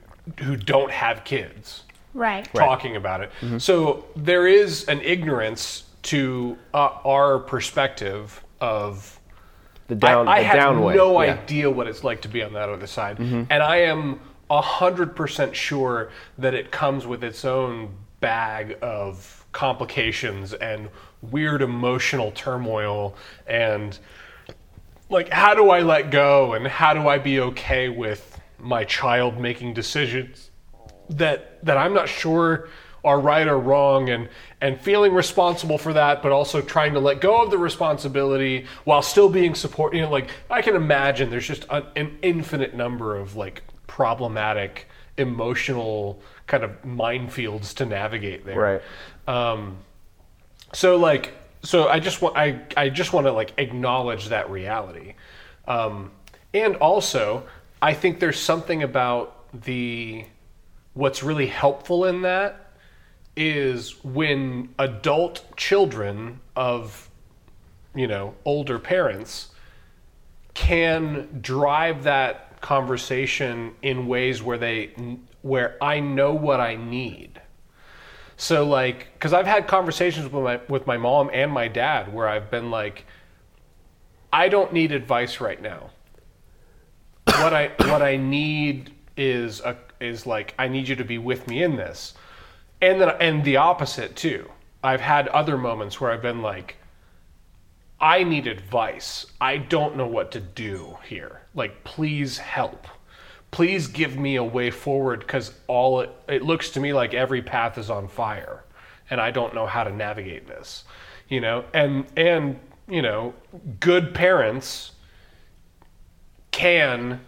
who don't have kids
Right.
talking about it.
Mm-hmm.
So there is an ignorance to uh, our perspective of
the down
I, I
the
have
down way.
no
Yeah. Mm-hmm.
idea what it's like to be on that other side, and I am hundred percent sure that it comes with its own bag of complications and weird emotional turmoil and like how do I let go and how do I be okay with my child making decisions that that I'm not sure are right or wrong and and feeling responsible for that but also trying to let go of the responsibility while still being support you know like I can imagine there's just a, an infinite number of like problematic emotional kind of minefields to navigate there
Right.
um, so like so i just want i i just want to like acknowledge that reality um, and also i think there's something about the what's really helpful in that is when adult children of you know older parents can drive that conversation in ways where they where I know what I need. So like cuz I've had conversations with my with my mom and my dad where I've been like I don't need advice right now. What I what I need is a is like I need you to be with me in this. And then and the opposite too. I've had other moments where I've been like I need advice. I don't know what to do here. Like, please help. Please give me a way forward because all it, it looks to me like every path is on fire, and I don't know how to navigate this. You know, and and you know, good parents can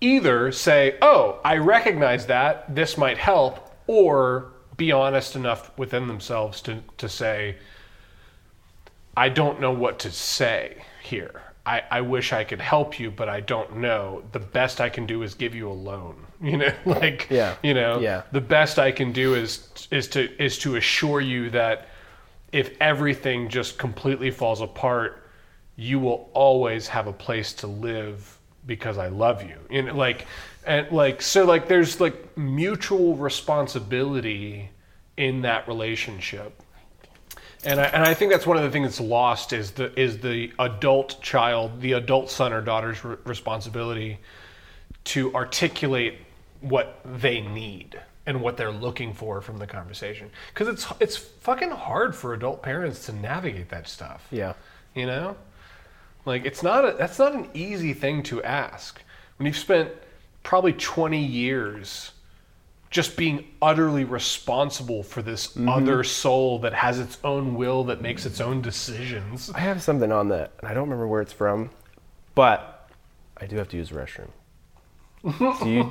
either say, "Oh, I recognize that. This might help," or be honest enough within themselves to to say, I don't know what to say here. I, I wish I could help you, but I don't know. The best I can do is give you a loan. *laughs* You know, like
Yeah.
you know,
Yeah.
the best I can do is is to is to assure you that if everything just completely falls apart, you will always have a place to live because I love you. You know, like and like so like there's like mutual responsibility in that relationship. And I, and I think that's one of the things that's lost is the is the adult child, the adult son or daughter's re- responsibility to articulate what they need and what they're looking for from the conversation. Because it's it's fucking hard for adult parents to navigate that stuff.
Yeah.
You know, like it's not a, that's not an easy thing to ask when you've spent probably 20 years just being utterly responsible for this other soul that has its own will that makes its own decisions.
I have something on that, and I don't remember where it's from, but I do have to use the restroom. do you?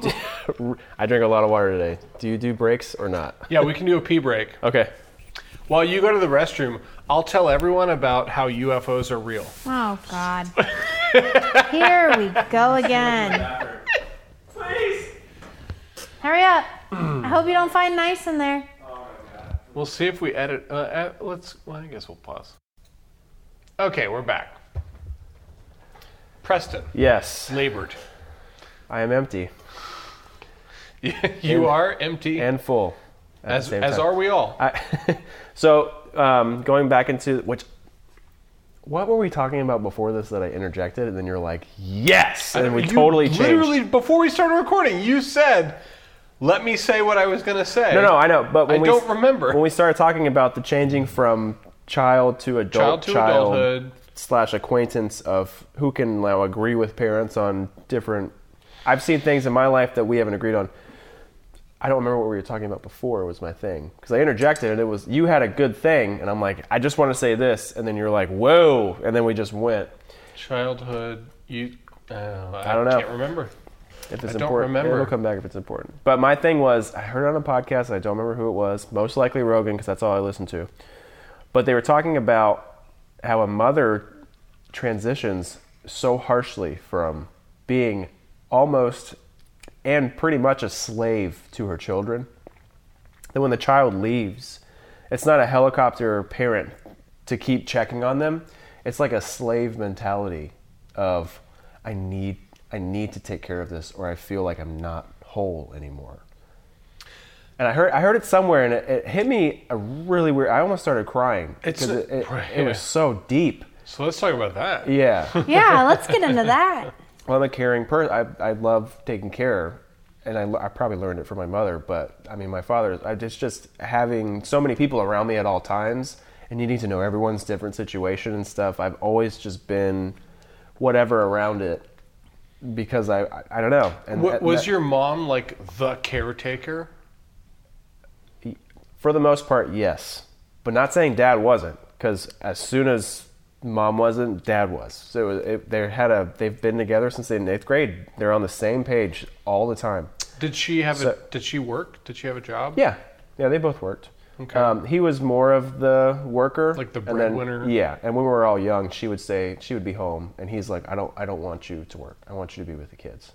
Do, *laughs* I drink a lot of water today. Do you do breaks or not?
Yeah, we can do a pee break.
Okay.
While you go to the restroom, I'll tell everyone about how UFOs are real.
Oh
*laughs*
God. Here we go again. Hurry up. I hope you don't find nice in there.
We'll see if we edit. Uh, uh, let's. Well, I guess we'll pause. Okay, we're back. Preston,
Yes,
labored. *laughs*
I am empty
you are empty,
and full. at the
as
same
as
time.
are we all.
I, *laughs* so um, going back into which, what were we talking about before this that I interjected, and then you're like, yes, and then we
You
totally changed.
Literally, before we started recording, you said, "Let me say what I was going to say."
no, no, I know, but when
I
we,
don't remember.
when we started talking about the changing from child to
Child
adult
to adulthood.
slash acquaintance of who can now agree with parents on different. I've seen things in my life that we haven't agreed on. I don't remember what we were talking about before was my thing because I interjected and it was you had a good thing and I'm like I just want to say this and then you're like whoa and then we just went
Childhood. You. Uh, I,
I don't know.
Can't remember.
if it's
I don't
important
remember.
it'll come back if it's important but my thing was I heard it on a podcast and I don't remember who it was most likely Rogan because that's all I listened to but they were talking about how a mother transitions so harshly from being almost and pretty much a slave to her children that when the child leaves, it's not a helicopter parent to keep checking on them. It's like a slave mentality of I need I need to take care of this or I feel like I'm not whole anymore. And I heard I heard it somewhere and it, it hit me a really weird I almost started crying
It's
because
a-
it, it,
right, *laughs*
it was
yeah.
so deep.
So let's talk about that.
Yeah.
Yeah, let's get into that.
Well, I'm a caring person. I, I love taking care, and I, l- I probably learned it from my mother. But I mean, my father. I just just having so many people around me at all times, and needing to know everyone's different situation and stuff. I've always just been whatever around it, because I I, I don't know. And
Wa-
that-
was
that-
your mom like the caretaker?
for the most part yes, but not saying dad wasn't because as soon as mom wasn't, dad was. So it, it, they had a they've been together since they in eighth grade. They're on the same page all the time.
Did she have
So-
a? Did she work? Did she have a job?
Yeah, yeah, they both worked.
Okay.
Um, he was more of the worker,
Like the
and then-
breadwinner.
yeah, and when we were all young, she would say she would be home, and he's like, "I don't, I don't want you to work. I want you to be with the kids.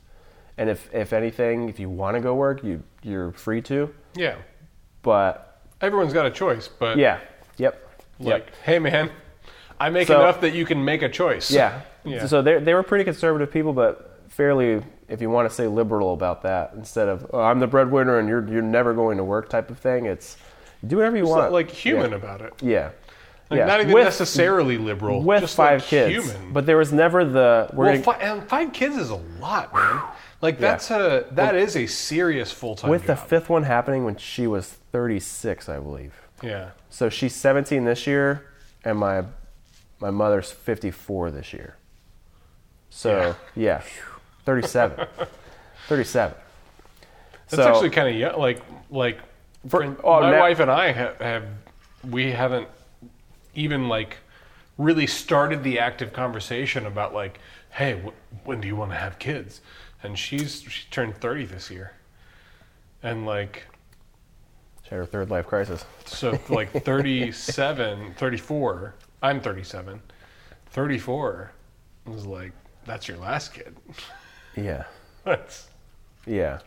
And if, if anything, if you want to go work, you you're free to.
Yeah.
But
Everyone's got a choice, but
yeah, yep,
like,
yep,
hey man, I make
So-
enough that you can make a choice.
yeah.
Yeah.
So they they were pretty conservative people, but fairly, if you want to say liberal about that, instead of oh, I'm the breadwinner and you're you're never going to work type of thing. It's do whatever you
It's
want.
not, like human
Yeah.
about it.
Yeah.
Like,
yeah.
Not even
With-
necessarily liberal.
with
just
five
like
kids.
Human.
But there was never the we're
well,
gonna,
fi- and five kids is a lot, man. Like that's a that is a serious full time
with the
job.
fifth one happening when she was 36, I believe.
yeah.
So she's 17 this year, and my my mother's 54 this year. So yeah,
*laughs*
37, 37.
That's actually kind of young. Like like
For-
when
oh,
my
now-
wife and I have, have we haven't even like really started the active conversation about like, hey, wh- when do you want to have kids? And she's she turned thirty this year, and like
she had her third life crisis.
so like 37 34 i'm 37 34 was like that's your last kid *laughs*
Yeah,
that's
yeah.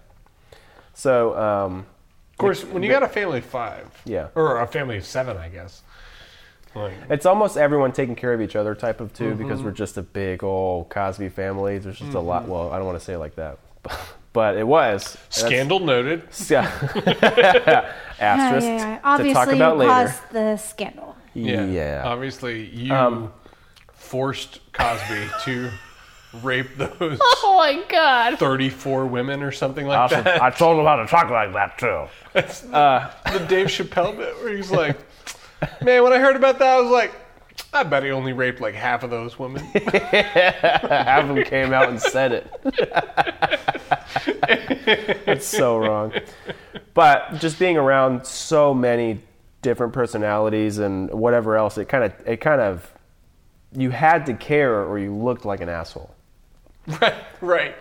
So um,
Of course, when you got a family of five,
Yeah.
or a family of seven, I guess. Like,
It's almost everyone taking care of each other type of too, because
Mm-hmm.
we're just a big old Cosby family. There's just a lot. Well, I don't want to say it like that, *laughs* but it was
scandal noted.
That's- Yeah. *laughs* *laughs* Asterisk
Yeah, yeah, yeah.
to
Obviously,
talk about
you
later.
caused the scandal.
Yeah,
Yeah.
Obviously, you forced Cosby to rape those
Oh my god.
thirty-four women or something like
Awesome.
that.
*laughs* I told him how to talk like that too.
That's the,
Uh,
the Dave Chappelle bit where he's
*laughs*
like, "Man, when I heard about that, I was like." I bet he only raped like half of those women.
*laughs* Half of them came out and said it. *laughs* That's so wrong. But just being around so many different personalities and whatever else, it kind of, it kind of, you had to care or you looked like an asshole.
right, right.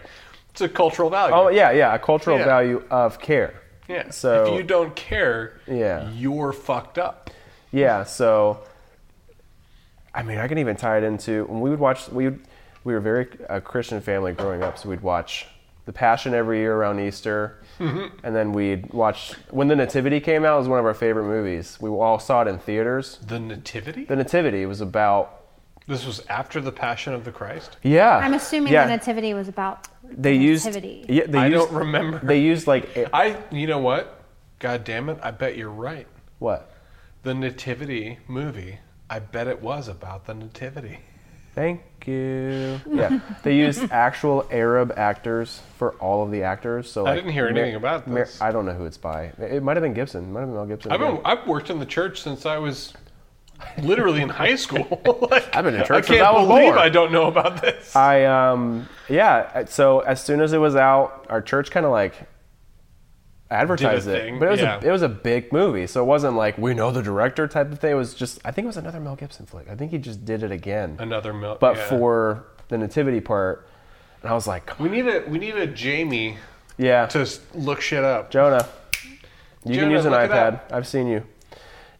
It's a cultural value.
Oh yeah, yeah, a cultural
Yeah.
value of care.
yeah.
So
if you don't care,
Yeah.
you're fucked up.
Yeah, so I mean, I can even tie it into when we would watch we would, we were very a Christian family growing up, so we'd watch The Passion every year around Easter,
Mm-hmm.
and then we'd watch when the Nativity came out. It was one of our favorite movies. We all saw it in theaters.
The nativity?
The Nativity was about
This was after the Passion of the Christ.
yeah.
I'm assuming
yeah,
the nativity was about.
they used
Nativity.
yeah they
I
used
don't remember.
they used like a-
I, you know what? God damn it! I bet you're right.
what.
The nativity movie. I bet it was about the nativity.
Thank you. Yeah, they used actual Arab actors for all of the actors. So like,
didn't hear anything about
Mar-
this.
I don't know who it's by. It might have been Gibson. It might have been Mel Gibson.
I've been,
Yeah.
I've worked in the church since I was literally in high school. Like,
*laughs* I've been in
I
church since
can't
I was
believe
born.
I don't know about this.
I um yeah. So as soon as it was out, our church kind of like advertised
Did a
it,
thing,
but it was
yeah.
a, it was a big movie, so it wasn't like we know the director type of thing. It was just I think it was another Mel Gibson flick. I think he just did it again,
Another milk.
but for the nativity part, and I was like,
we need a we need a Jamie
yeah,
to s- look shit up.
Jonah, you can
Jonah,
use an
look it
iPad.
up.
I've seen you.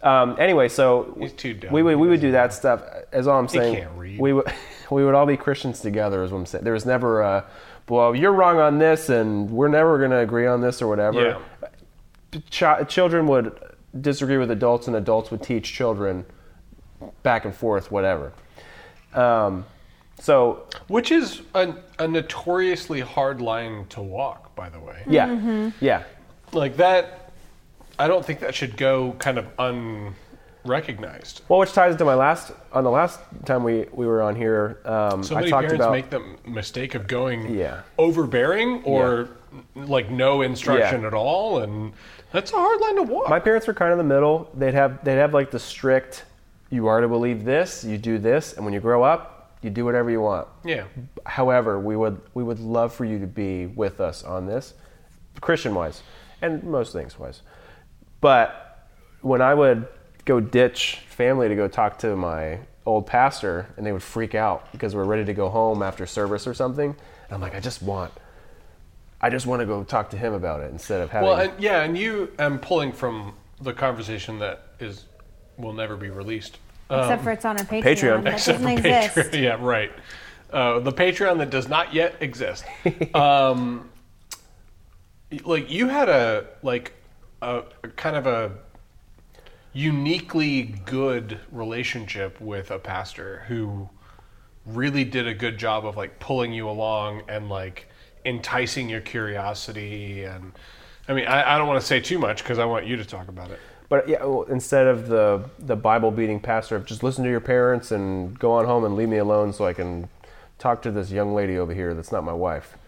Um, anyway, so
He's too dumb.
we would we would do that stuff. As all I'm saying,
can't read.
we would *laughs* we would all be Christians together. Is what I'm saying. There was never a well, you're wrong on this, and we're never going to agree on this or whatever. Ch- children would disagree with adults, and adults would teach children back and forth, whatever. Um, so
Which is a, a notoriously hard line to walk, by the way.
yeah, yeah,
like that i don't think that should go kind of unrecognized
Well, which ties into my last on the last time we, we were on here. Um,
so
I
many
talked
parents
about
make the mistake of going
Yeah.
overbearing or like no instruction
Yeah.
at all and that's a hard line to walk
my parents were kind of in the middle. They'd have they'd have like the strict, you are to believe this, you do this, and when you grow up, You do whatever you want.
Yeah.
However, we would we would love for you to be with us on this, Christian wise, and most things wise. But when I would go ditch family to go talk to my old pastor, and they would freak out because we're ready to go home after service or something, and I'm like, I just want, I just want to go talk to him about it instead of having.
Well, and, yeah, and you, I'm pulling from the conversation that is will never be released.
Except for it's on our Patreon.
Um, Patreon.
That
Except
doesn't
for *laughs*
exist.
Patreon. Yeah, right. Uh, the Patreon that does not yet
*laughs*
exist. um, like you had a like a, a kind of a uniquely good relationship with a pastor who really did a good job of like pulling you along and like enticing your curiosity and I mean I, I don't want to say too much because I want you to talk about it.
But yeah, well, instead of the the Bible beating pastor of just listen to your parents and go on home and leave me alone so I can talk to this young lady over here that's not my wife.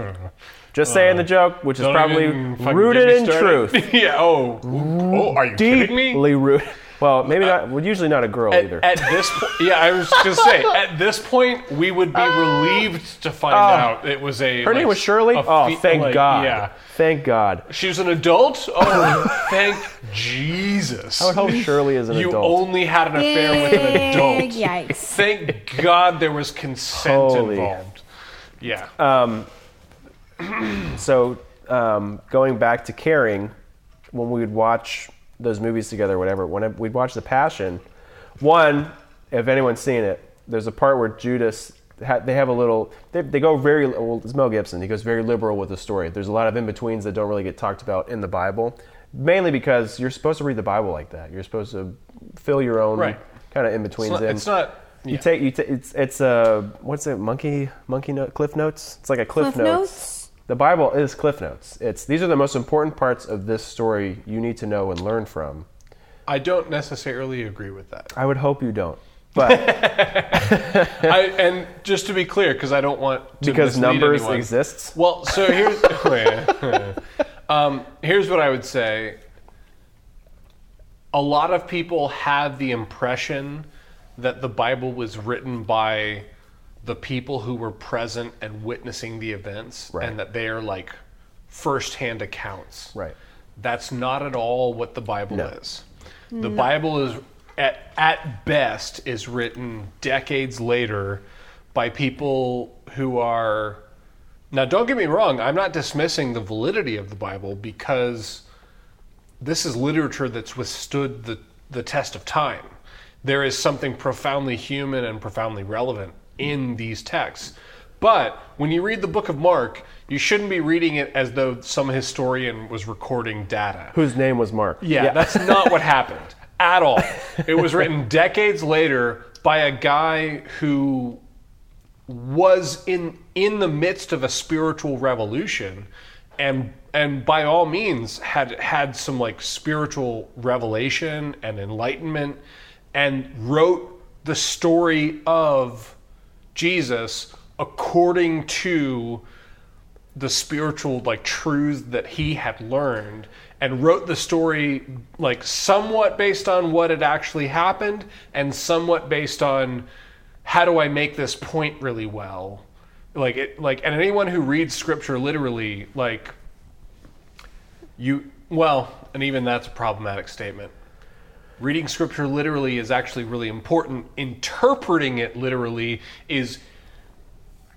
*laughs* just saying the joke, which is
Uh, Don't
probably
even fucking
rooted
get
in
me *laughs* started.
truth.
yeah. Oh. Oh, are you kidding me?
Deeply rooted. Well, maybe not. Well, usually not a girl
At,
either.
at this point, *laughs* yeah, I was gonna say, at this point, we would
*laughs*
be relieved to find out it was a.
Oh. Her name was Shirley. Oh, thank God.
Yeah,
Thank God.
she was an adult.
*laughs*
Oh, thank Jesus.
I would hope Shirley is an
you
adult.
only had an affair with an
Big
adult.
*laughs*
Yikes.
Thank God there was consent
Holy. Uh,
involved. Yeah.
so um, going back to caring, when we would watch those movies together, whatever, when we'd watch The Passion, one, if anyone's seen it, there's a part where Judas, ha- they have a little, they, they go very, well, it's Mel Gibson, he goes very liberal with the story. There's a lot of in betweens that don't really get talked about in the Bible, mainly because you're supposed to read the Bible like that. You're supposed to fill your own
Right.
kind of in betweens.
It's not- it's not- yeah.
You take you. ta it's it's a what's it? Monkey monkey note, cliff notes. It's like a cliff,
Cliff Notes?
the Bible is cliff notes. It's these are the most important parts of this story you need to know and learn from.
I don't necessarily agree with that.
I would hope you don't,
*laughs*
but *laughs*
I, and just to be clear, because I don't want to
because
mislead
numbers
anyone.
exists.
Well, so *laughs* here's um, here's what I would say. A lot of people have the impression that the Bible was written by the people who were present and witnessing the events,
Right.
and that they are like firsthand accounts.
Right.
That's not at all what the Bible
No.
is. The Bible is at at best is written decades later by people who are now don't get me wrong, I'm not dismissing the validity of the Bible because this is literature that's withstood the, the test of time. There is something profoundly human and profoundly relevant in these texts. But when you read the book of Mark, you shouldn't be reading it as though some historian was recording data.
Whose name was Mark?
Yeah, that's not what happened at all. It was written decades later by a guy who was in in the midst of a spiritual revolution and and by all means had had some like spiritual revelation and enlightenment and wrote the story of Jesus according to the spiritual like truths that he had learned and wrote the story like somewhat based on what had actually happened and somewhat based on how do I make this point really well like it like and anyone who reads scripture literally like you well and even that's a problematic statement reading scripture literally is actually really important interpreting it literally is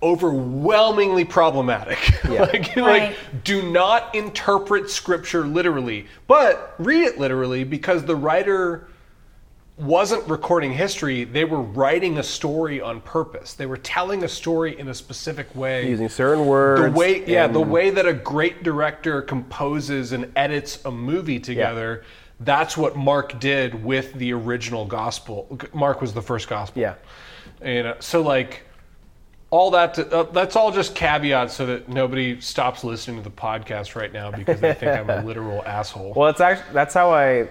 overwhelmingly problematic. *laughs* like,
Right.
like, do not interpret scripture literally, but read it literally because the writer wasn't recording history. They were writing a story on purpose. They were telling a story in a specific way.
Using certain words.
The way, yeah, the
and-
way that a great director composes and edits a movie together. That's what Mark did with the original gospel. Mark was the first gospel.
Yeah.
You know, so like all that to, uh, that's all just caveats so that nobody stops listening to the podcast right now because they think I'm
*laughs*
a literal asshole.
Well, it's actually that's how I,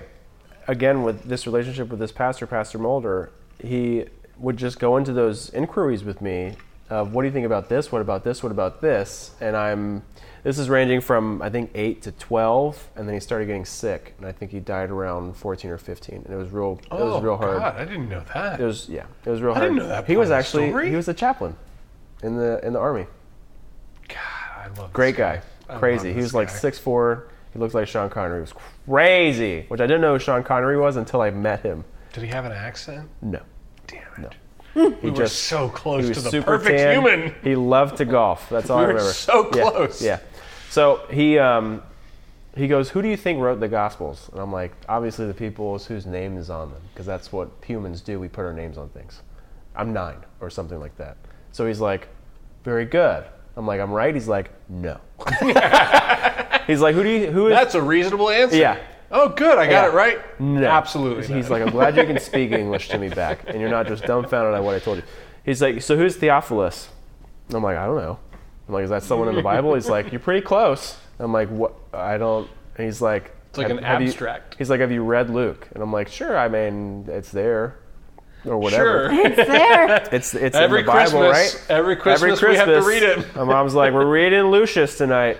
again, with this relationship with this pastor, Pastor Mulder, he would just go into those inquiries with me of what do you think about this? What about this? What about this? And I'm this is ranging from I think eight to twelve, and then he started getting sick, and I think he died around fourteen or fifteen, and it was real. it was real hard.
Oh, God, I didn't know that.
It was yeah. It was real hard.
didn't know that
he was
part of the
actually
story.
he was a chaplain in the in the army.
God, I love this
Great guy.
I love
Crazy. He
this
was like
guy.
six four. He looked like Sean Connery. He was crazy, which I didn't know who Sean Connery was until I met him.
Did he have an accent?
No.
Damn it.
He
We were so close
he
to
was
the
super
perfect
tan.
human.
He loved to golf.
*laughs*
That's all
We
I
were
remember.
so
Yeah,
close.
Yeah. So he um, he goes, "Who do you think wrote the Gospels?" And I'm like, "Obviously the people whose name is on them, because that's what humans do. We put our names on things. I'm nine or something like that." So he's like, "Very good." I'm like, "I'm right." He's like, "No." *laughs* he's like, "Who do you who is
That's a reasonable answer.
Yeah.
Oh, good. I got
Yeah.
it right.
no.
Absolutely.
He's
not.
like, I'm glad
*laughs*
you can speak English to me back, and you're not just dumbfounded at what I told you. He's like, so who's Theophilus? And I'm like, I don't know. I'm like, is that someone in the Bible? He's like, you're pretty close. I'm like, what? I don't. And he's like, it's
like an
you-"
abstract.
he's like, have you read Luke? And I'm like, sure. I mean, it's there, or whatever.
sure. *laughs*
It's there.
It's it's
Every
in the Bible,
Christmas-
right?
every Christmas we have to read it.
My mom's like, we're reading Lucius tonight,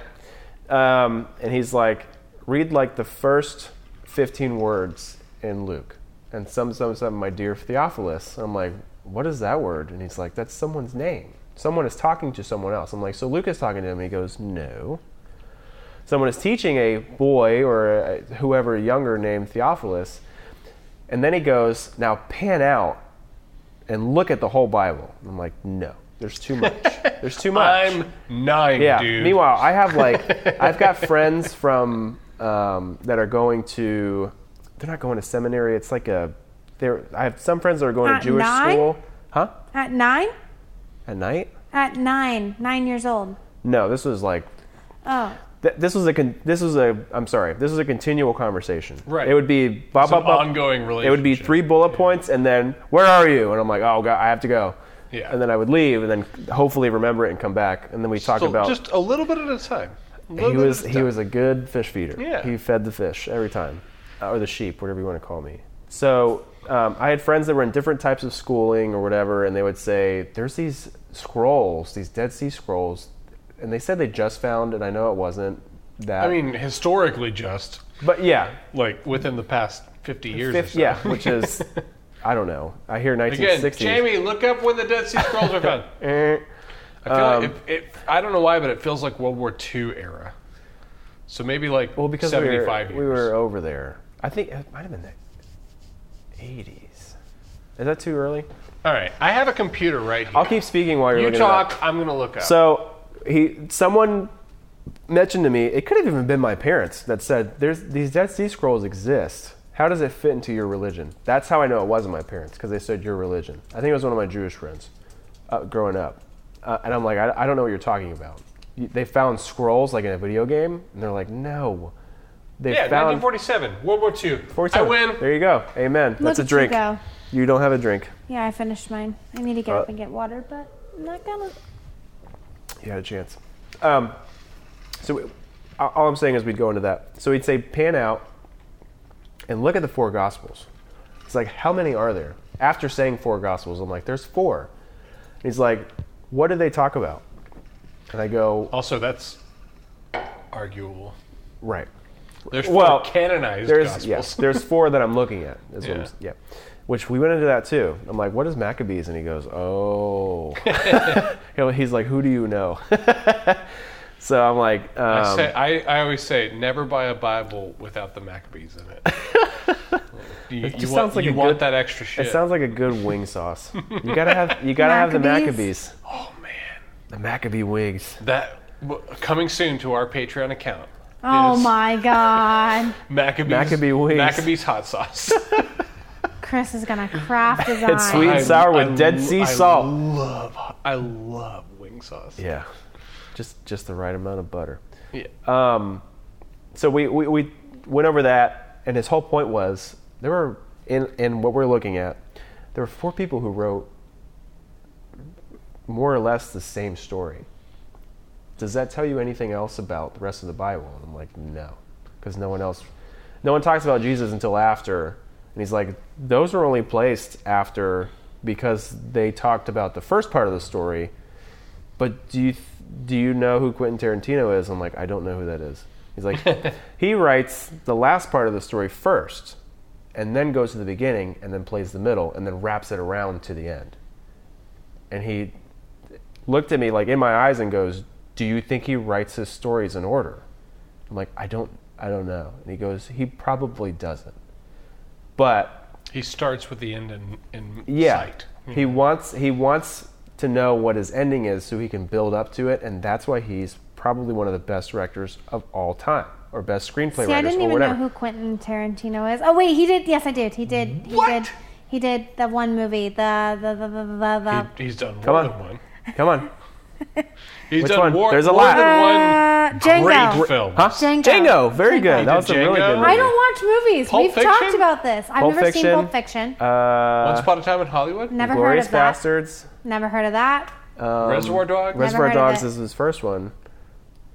um, and he's like, read like the first fifteen words in Luke, and some some some my dear Theophilus. And I'm like, what is that word? And he's like, that's someone's name. Someone is talking to someone else. I'm like, so Luke is talking to him. He goes, no. Someone is teaching a boy or a, whoever younger named Theophilus, and then he goes, now pan out and look at the whole Bible. And I'm like, no, there's too much. There's too much.
I'm nine,
yeah.
dude.
Meanwhile, I have like, I've got friends from um, that are going to. They're not going to seminary. It's like a. They're. I have some friends that are going
At
to Jewish
nine?
school. Huh?
At nine?
At night?
At nine. Nine years old.
No. This was like.
Oh.
Th- this was a. Con- this was a. I'm sorry. This was a continual conversation.
Right.
It would be. Blah,
It's an
blah, blah.
ongoing
It would be
relationship.
three bullet points and then where are you? And I'm like, oh god, I have to go.
Yeah.
And then I would leave and then hopefully remember it and come back. And then we talked
So
about
just a little bit at a time. A little
he
bit
was
at a
he
time.
was a good fish feeder.
Yeah.
He fed the fish every time, Uh, or the sheep, whatever you want to call me. So um, I had friends that were in different types of schooling or whatever, and they would say, "There's these scrolls, these Dead Sea Scrolls," and they said they just found, and I know it wasn't that.
I mean, historically, just
but yeah,
like within the past 50 years. or
fif-
so. *laughs*
yeah, which is. I don't know. I hear
Again,
1960s.
Jamie, look up when the Dead Sea Scrolls were found.
Eh.
I feel like it, it, I don't know why, but it feels like World War II era. So maybe like
Well, because we were,
75
we
years.
were over there. I think it might have been the 80s. Is that too early?
All right, I have a computer right here.
I'll keep speaking while you're
you
looking it up.
talk. I'm gonna look up.
So he, someone mentioned to me, it could have even been my parents that said, "There's these Dead Sea Scrolls exist. How does it fit into your religion?" That's how I know it wasn't my parents because they said your religion. I think it was one of my Jewish friends uh, growing up, uh, and I'm like, I, I don't know what you're talking about. You- They found scrolls like in a video game, and they're like, no. They
yeah,
found
1947, World War II.
47.
I win.
There you go. Amen.
Look
That's a
at you
drink.
go.
You don't have a drink.
Yeah, I finished mine. I need to get
Uh,
up and get water, but I'm not gonna.
You had a chance. Um, so we- all all I'm saying is we'd go into that. So he'd say, pan out and look at the four gospels. It's like, how many are there? After saying four gospels, I'm like, there's four. And he's like, what did they talk about? And I go,
Also, that's arguable.
right.
There's
Well,
four canonized
There's
gospels.
yes, there's four that I'm looking at. Is yeah. What
Yeah.
I'm, s- yeah. Which we went into that too. I'm like, what is Maccabees? And he goes,
*laughs*
oh. *laughs* You know, he's like, who do you know? *laughs* so I'm like, um,
I, say, I, I always say, never buy a Bible without the Maccabees in
*laughs*
it. you you
just
want,
sounds like
you
a
want
good-
that extra shit.
It sounds like a good wing sauce. You gotta have you gotta have the
Maccabees.
Maccabees.
oh man,
The Maccabee wings.
that w- coming soon to our Patreon account.
Oh
is
my god.
Maccabees,
Maccabee wings.
Maccabees hot
*laughs*
sauce.
Chris is gonna
*laughs*
craft design.
It's sweet and sour with Dead Sea
I
salt.
Love, I love wing sauce.
Yeah, just just the right amount of butter.
Yeah.
Um, so we, we we went over that, and his whole point was there were in in what we're looking at, there were four people who wrote more or less the same story. Does that tell you anything else about the rest of the Bible? And I'm like, no, because no one else, no one talks about Jesus until after. And he's like, those were only placed after because they talked about the first part of the story but do you th- do you know who Quentin Tarantino is? I'm like, I don't know who that is. He's like, he writes the last part of the story first, and then goes to the beginning, and then plays the middle, and then wraps it around to the end. And he looked at me like in my eyes and goes, "Do you think he writes his stories in order?" I'm like, "I don't, I don't know." And he goes, "He probably doesn't." But
He starts with the end in, in
yeah.
sight.
He wants he wants to know what his ending is so he can build up to it, and that's why he's probably one of the best directors of all time, or best screenplay
See, I
Oh,
writers,
didn't
or
even
whatever.
know who Quentin Tarantino is. Oh wait, he did. Yes, I did. He did. He
What?
did. He did the one movie. The the the the the. the
He, he's done
Come
more
on.
than one.
Come on,
He's
Which
done
one?
More,
There's a
more
lot.
than one
uh,
great
Django.
film.
huh?
Django.
Django, very
Django.
good.
He
That was
did
a really
Django?
good.
I
I
Movie.
don't watch movies.
Pulp
We've
Fiction?
talked about this. I've
Pulp
never
Fiction.
seen Pulp Fiction.
Once
Uh,
Upon a Time in Hollywood.
never heard
Glorious
of that.
Bastards.
Never heard of that.
um,
Reservoir Dogs. Never
Reservoir
heard of
Dogs
it.
is his first one.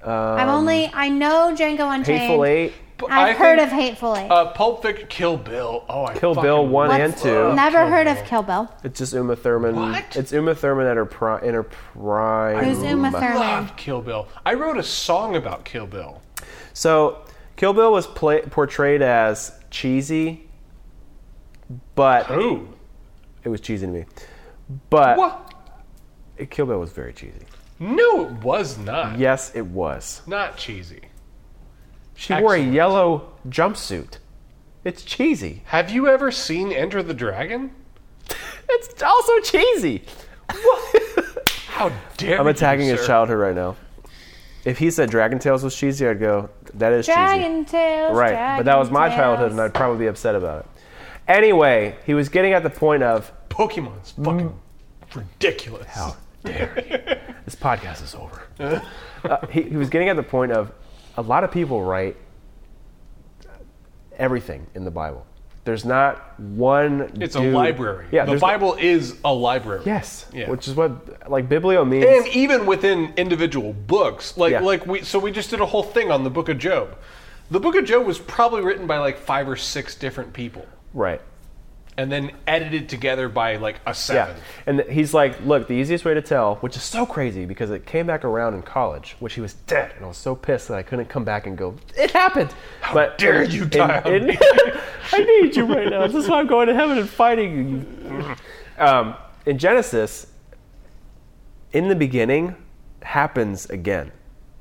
Um,
I've only I know Django Unchained.
Hateful Eight,
But I
I've heard
think,
of Hateful Eight.
uh, Pulp Fiction, Kill Bill. Oh, I
Kill
fucking
Bill one
What's-
and two.
Never
Kill
heard
Bill.
of Kill Bill.
It's just Uma Thurman.
What?
It's Uma Thurman at her pri- in her prime.
Who's Uma Thurman?
Loved Kill Bill. I wrote a song about Kill Bill.
So, Kill Bill was play- portrayed as cheesy, but
Ooh.
it was cheesy to me. But
What?
Kill Bill was very cheesy.
No, it was not.
Yes, it was.
Not cheesy.
She wore a
Excellent.
yellow jumpsuit. It's cheesy.
Have you ever seen Enter the Dragon?
It's also cheesy.
How dare
*laughs* I'm
you,
attacking his
sir.
childhood right now. If he said Dragon Tales was cheesy, I'd go, that is cheesy.
Dragon Tales.
Right,
Dragon
but that was my
Tales.
childhood, and I'd probably be upset about it. Anyway, he was getting at the point of
Pokemon's
Mm.
fucking ridiculous. How
Oh, *laughs* this podcast is over. Uh, he, he was getting at the point of a lot of people write everything in the Bible. There's not one.
It's
dude-
a library.
Yeah,
the
there's no-
Bible is a library.
yes,
Yeah.
which is what like biblio means.
and even within individual books like
Yeah.
like we so we just did a whole thing on the book of job the book of job was probably written by like five or six different people
right.
and then edited together by like a
Yeah,
seven
and th- he's like, look, the easiest way to tell, which is so crazy because it came back around in college, which he was dead, and I was so pissed that I couldn't come back and go, it happened. How but
dare you die on me.
*laughs* I need you right now. This is why I'm going to heaven and fighting you. Um, in Genesis, in the beginning happens again.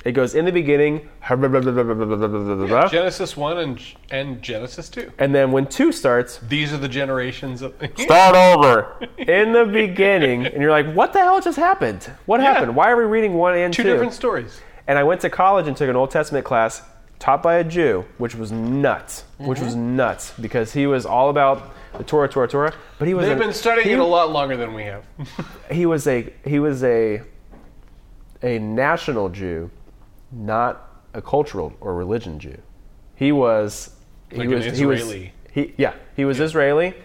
It goes in the beginning,
genesis 1 and and genesis 2
*laughs* and then when two starts,
these are the generations of *laughs*
start over in the beginning and you're like what the hell just happened what happened why are we reading one and two,
two different stories
and i went to college and took an old testament class taught by a jew which was nuts which
Mm-hmm.
was nuts because he was all about the torah torah torah but he was
they've
an-
been studying
he,
it a lot longer than we have *laughs*
he was a he was a a national jew not a cultural or religion jew he was he
Like an
was he was-
Israeli.
he yeah he was israeli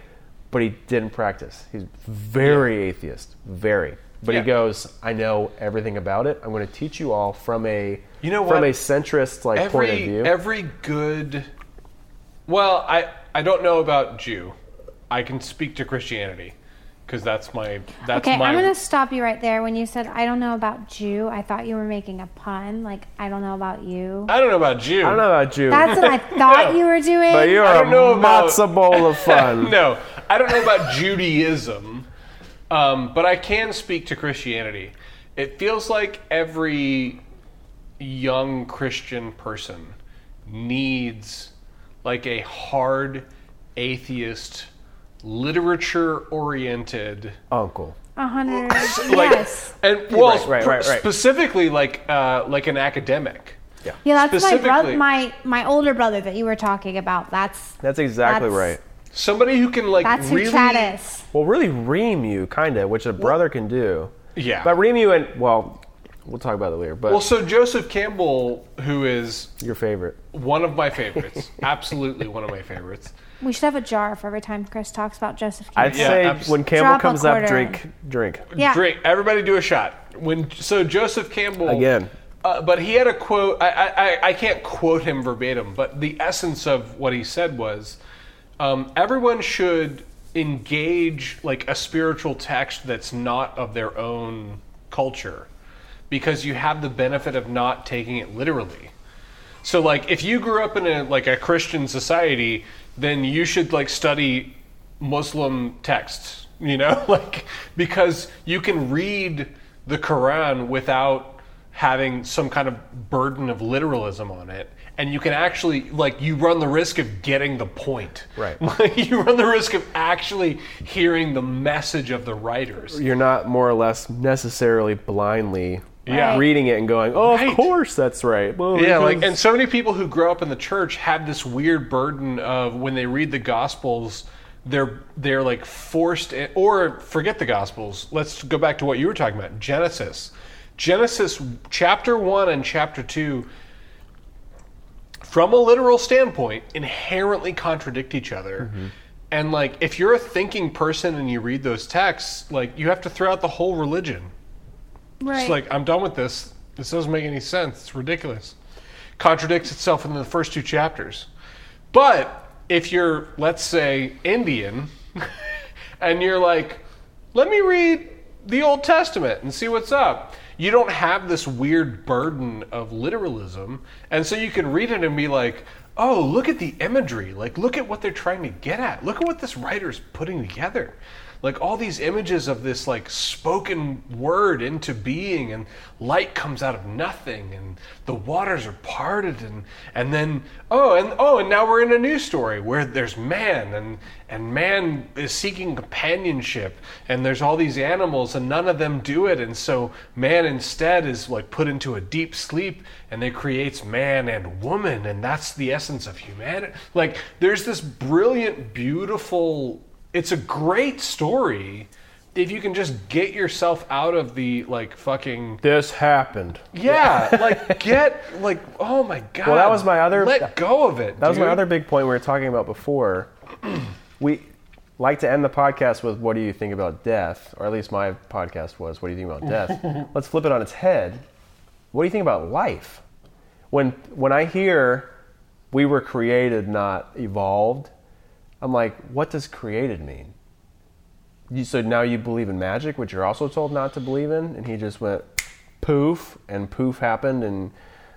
but he didn't practice. He's very atheist, very. But
Yeah.
he goes, I know everything about it. I'm going to teach you all from a
You know
from
what?
a centrist like point of
every
view.
every good well i i don't know about jew i can speak to christianity because that's my that's
Okay,
my
I'm gonna stop you right there. When you said I don't know about Jew, I thought you were making a pun. Like I don't know about you.
I don't know about Jew.
I don't know about you,
That's
*laughs*
what I thought you were doing.
but you're
I don't
a
know about-
matzo ball
*laughs*
of fun.
no, I don't know about Judaism, um, but I can speak to Christianity. It feels like every young Christian person needs like a hard atheist, literature-oriented.
Uncle.
A
*laughs*
hundred.
like-
yes.
And well,
Right, right, right, right.
specifically like uh, like an academic.
Yeah, that's my
specifically-
brother, my my older brother that you were talking about. That's
That's exactly
That's-
right.
Somebody who can like
that's who
really
Chad is.
Well, really ream you, kind of, which a brother can do.
Yeah.
But ream you and, well, we'll talk about it later, but
Well, so Joseph Campbell, who is
your favorite.
one of my favorites, *laughs* absolutely one of my favorites.
We should have a jar for every time Chris talks about Joseph.
I'd
Campbell.
Yeah,
say
abs-
when Campbell
Drop a
comes up,
quarter
drink, drink.
yeah.
Drink. Everybody do a shot. When so Joseph Campbell
Again.
uh, but he had a quote. I, I I- I can't quote him verbatim, but the essence of what he said was, um, everyone should engage like a spiritual text that's not of their own culture, because you have the benefit of not taking it literally. So like if you grew up in a like a Christian society, then you should like study Muslim texts, you know? *laughs* Like because you can read the Quran without having some kind of burden of literalism on it and you can actually like you run the risk of getting the point.
Right.
Like, *laughs* you run the risk of actually hearing the message of the writers.
You're not more or less necessarily blindly
Yeah. Right.
reading it and going, "Oh,
Right.
of course, that's right." Well,
Yeah, like,
because-
and so many people who grow up in the church have this weird burden of when they read the Gospels, they're they're like forced, or forget the Gospels. Let's go back to what you were talking about, Genesis. Genesis chapter one and chapter two, from a literal standpoint, inherently contradict each other. And like, if you're a thinking person and you read those texts, like you have to throw out the whole religion.
Right.
It's like, I'm done with this. This doesn't make any sense. It's ridiculous. Contradicts itself in the first two chapters. But if you're, let's say, Indian, *laughs* and you're like, let me read the Old Testament and see what's up, you don't have this weird burden of literalism. And so you can read it and be like, oh, look at the imagery. Like, look at what they're trying to get at. Look at what this writer's putting together like all these images of this like spoken word into being and light comes out of nothing and the waters are parted and and then oh and oh and now we're in a new story where there's man and and man is seeking companionship and there's all these animals and none of them do it and so man instead is like put into a deep sleep and they creates man and woman and that's the essence of humanity like there's this brilliant beautiful it's a great story if you can just get yourself out of the like fucking
this happened.
yeah like get like oh my god well
that was my other-
let go of it
That was my
dude.
other big point we were talking about before. *clears throat* we like to end the podcast with what do you think about death? Or at least my podcast was what do you think about death? Let's flip it on its head. What do you think about life? When when I hear we were created not evolved, I'm like, what does created mean? You, so now you believe in magic, which you're also told not to believe in, and he just went poof, and poof happened, and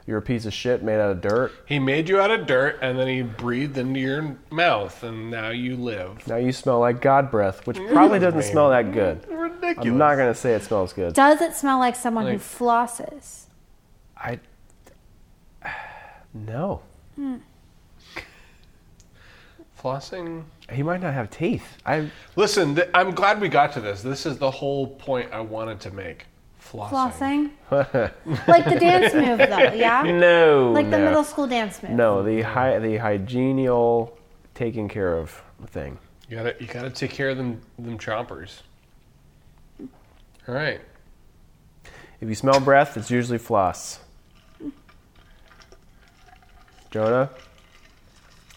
you're a piece of shit made out of dirt.
he made you out of dirt and then he breathed into your mouth and now you live
Now you smell like God breath, which probably *laughs* doesn't smell that good.
ridiculous
I'm not gonna say it smells good.
Does it smell like someone who
Like-
flosses?
I no.
flossing
He might not have teeth. I
listen th- i'm glad we got to this this is the whole point i wanted to make flossing,
Flossing?
*laughs*
like the dance move, though, yeah?
no.
Like the
no.
middle school dance move.
No, the hy- the hygienial taking care of thing.
you gotta you gotta take care of them them chompers all right
If you smell breath, it's usually floss. Jonah.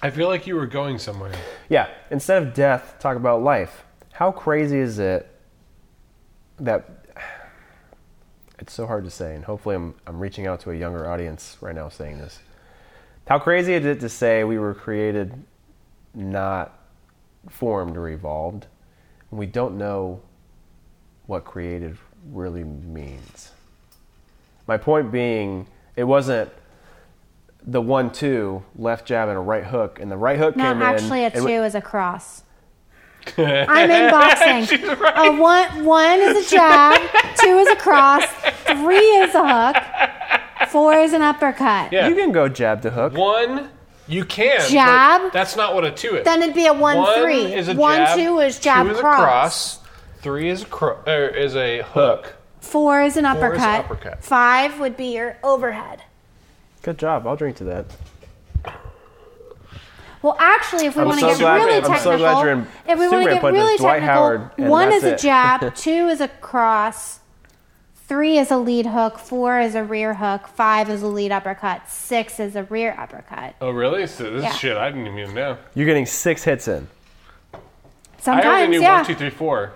i feel like you were going somewhere
Yeah, instead of death, talk about life. How crazy is it that *sighs* it's so hard to say, and hopefully I'm, I'm reaching out to a younger audience right now saying this. How crazy is it to say we were created not formed or evolved, and we don't know what created really means? My point being, it wasn't the one two left jab and a right hook, and the right hook
No,
came
actually,
in.
a
and
two
we-
is
*laughs*
a cross. I'm in boxing. A one, one is a jab, two is a cross, three is a hook, four is an uppercut.
Yeah.
You can go jab to hook.
One, you can. but
Jab.
That's not what a two is.
Then it'd be a one, three.
is a
one,
jab,
two is jab
two is
cross.
A cross. Three is a cro- er, is a hook.
Four is an
Four
uppercut.
is uppercut.
Five would be your overhead.
Good job. I'll drink to that.
Well, actually, if we
I'm
want to
so
get
glad-
really
I'm so
technical,
glad you're in
if we
super
want to get
input,
really
just Dwight
technical,
Howard, and
one is
that's
a
it. *laughs*
jab, two is a cross, three is a lead hook, four is a rear hook, five is a lead uppercut, six is a rear uppercut.
Oh, really? So this
Yeah.
is shit I didn't even know.
You're getting six hits in.
Sometimes,
I already knew
yeah.
one, two, three, four.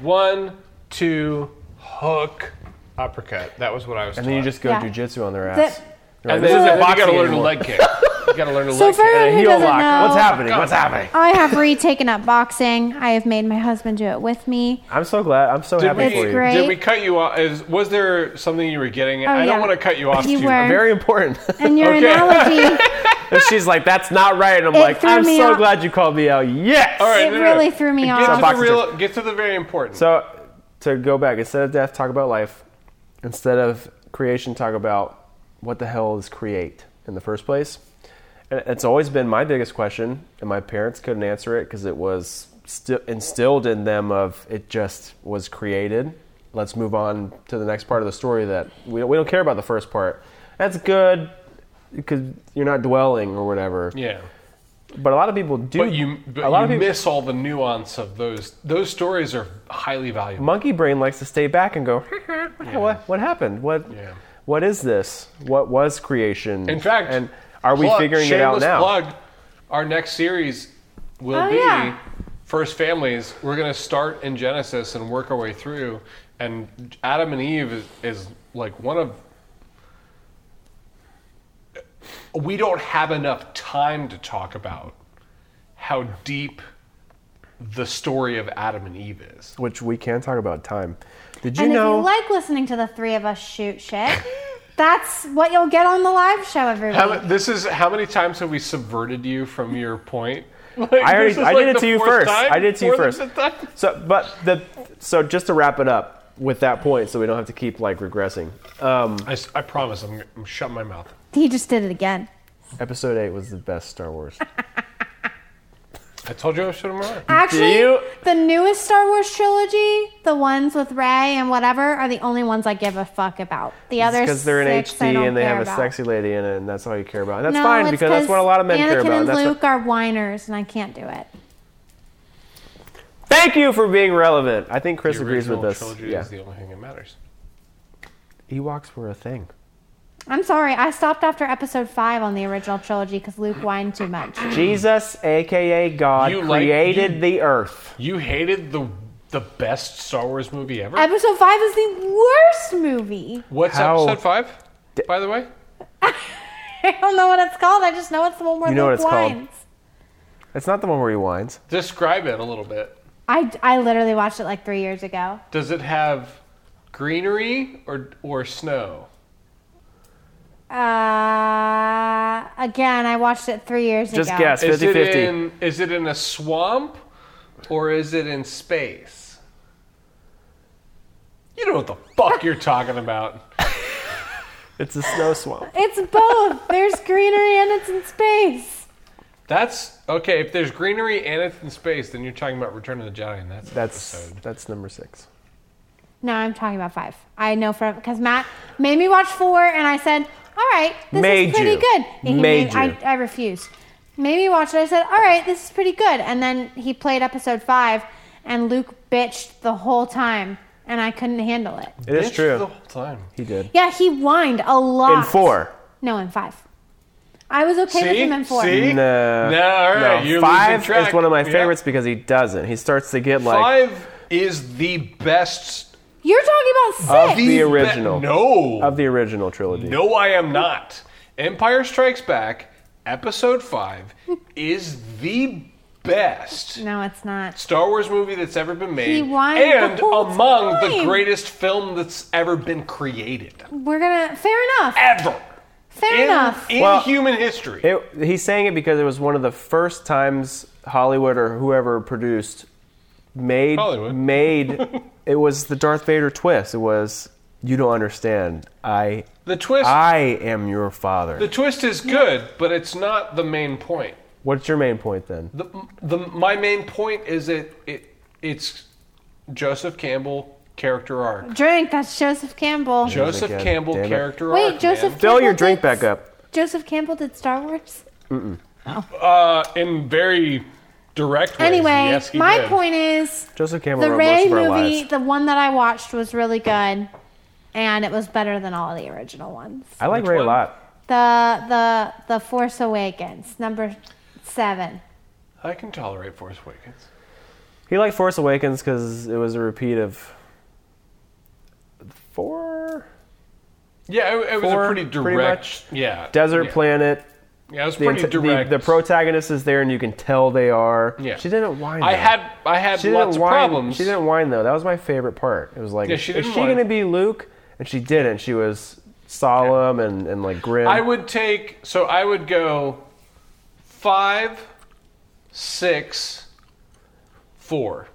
One, two, hook, uppercut. That was what I was.
And then you
taught.
just go
Yeah.
jujitsu on their
That-
ass. You're
And
like,
then,
"This
then
isn't
you gotta
boxing
learn a
anymore."
leg kick. You gotta learn to
*laughs* So
look
for
at
everyone
it.
who
heel
doesn't
lock.
know,
What's happening? What's happening?
I have retaken up boxing. I have made my husband do it with me.
I'm so glad. I'm so
Did
happy
we,
for you.
great.
did we cut you off? Is, was there something you were getting at?
Oh,
I don't
yeah.
want to cut you off.
You
Stu.
were.
Very important.
And your
Okay.
analogy,
And *laughs* she's like, "That's not right," and I'm
It
like,
threw
"I'm
me
so
off.
glad you called me out." Yes.
All right,
it really threw me
Get
off.
To the
Boxes.
real, get to the very important.
So to go back, instead of death, talk about life. Instead of creation, talk about what the hell is create in the first place. And it's always been my biggest question, and my parents couldn't answer it because it was still instilled in them of it just was created. Let's move on to the next part of the story that we don't, we don't care about the first part. That's good because you're not dwelling or whatever.
yeah.
But a lot of people do.
But you, but
a lot
you
of people,
miss all the nuance of those. Those stories are highly valuable.
monkey brain likes to stay back and go, *laughs* what, what, what happened? What,
Yeah.
what is this? What was creation?
In fact,
and are we
plug-
figuring it
shameless
out now?
Plug, our next series will
Oh,
be
yeah.
First Families. We're going to start in Genesis and work our way through. And Adam and Eve is, is like one of. We don't have enough time to talk about how deep the story of Adam and Eve is.
Which we can talk about time. Did you
and if
know?
you like listening to the three of us shoot shit, that's what you'll get on the live show every week.
How, ma- this is how many times have we subverted you from your point? *laughs* Like,
I already,
this is
I
like
did it
the
to you
fourth
first.
time,
I did it to you
fourth or fifth
first.
time.
So, but the so just to wrap it up with that point, so we don't have to keep like regressing. Um,
I, s- I promise I'm, I'm shutting my mouth.
he just did it again.
episode eight was the best Star
*laughs*
Wars.
I told you I was shutting my mouth.
Actually,
you-
the newest Star Wars trilogy, the ones with Ray and whatever, are the only ones I give a fuck about. The others,
because they're in
six, I
HD
don't
and they
care
have a
about.
sexy lady in it, and that's all you care about. And that's
No,
fine
it's
because that's what a lot of men
Anakin
care about.
and
that's what-
Luke are whiners, and I can't do it.
Thank you for being relevant. I think Chris
The
agrees with
original
this.
trilogy
Yeah.
is the only thing that matters.
Ewoks were a thing.
I'm sorry, I stopped after episode five on the original trilogy because Luke whined too much.
Jesus, aka God,
You like-
created
you-
the earth.
You hated the the best Star Wars movie ever.
episode five is the worst movie. *laughs*
What's
How-
episode five? By the way,
I don't know what it's called. I just know it's the one where
You know what
Luke
it's called.
whines.
It's not the one where he whines.
describe it a little bit.
I, I literally watched it like three years ago.
Does it have greenery or or snow?
Uh, again, I watched it three years
Just
ago.
guess.
Is it
50-50.
in is it in a swamp or is it in space? You know what the fuck you're talking about.
It's a
*laughs*
snow swamp.
It's both. There's greenery and it's in space.
That's okay. If there's greenery and it's in space, then you're talking about Return of the Jedi, and that's
That's
episode.
that's number six.
No, I'm talking about five. I know for because Matt made me watch four, and I said, "All right, this
Made
is pretty
you.
good." And he
Made you.
I, I refused. Made me watch it. I said, "All right, this is pretty good." And then he played episode five, and Luke bitched the whole time, and I couldn't handle it.
It is
Bitch
true.
The whole time.
he did.
Yeah, he whined a lot.
In four.
No, in five. I was okay with him in four.
See?
uh, No.
No, all right, you're
Five
losing track.
is one of my
Yeah.
favorites because he doesn't. He starts to get like
Five is the best.
You're talking about
Of
six.
the original.
Be- no,
of the original trilogy.
no, I am not. Empire Strikes Back, Episode Five, is the best
no, it's not.
Star Wars movie that's ever been made,
He whined the
and
whole
among the
time.
greatest film that's ever been created,
We're gonna. Fair enough.
ever
Fair
in,
enough.
in
Well,
human history.
It, he's saying it because it was one of the first times Hollywood or whoever produced made
Hollywood.
made
*laughs*
it was the Darth Vader twist. It was you don't understand. I
the twist.
I am your father.
The twist is good, but it's not the main point.
What's your main point then?
The, the my main point is that it it's Joseph Campbell character arc.
Drink. That's Joseph Campbell.
Joseph
again,
Campbell
damn it.
character arc.
Wait,
man.
Joseph.
Fill
Campbell
your drink
did-
back up.
Joseph Campbell did Star Wars.
Uh, in very direct ways.
Anyway,
yes, he
my
did.
point is
Joseph Campbell
the
wrote most
Ray
of our
movie,
lives.
the one that I watched, was really good, and it was better than all the original ones.
I like
Which
Ray
one?
a lot.
The the the Force Awakens, number seven.
I can tolerate Force Awakens.
He liked Force Awakens because it was a repeat of four
Yeah, it, it was
Four,
a pretty
pretty
direct. yeah,
desert
yeah.
planet.
Yeah, it was
The,
pretty
int- the-
direct.
the protagonist is there, and you can tell they are.
Yeah.
She didn't whine.
I
though.
had I had
she
lots
didn't
of
whine.
problems.
She didn't whine though. That was my favorite part. It was like,
Yeah, she
is
didn't
she
whine.
gonna be Luke? And she didn't. She was solemn and, and like grim.
I would take so I would go five, six, four.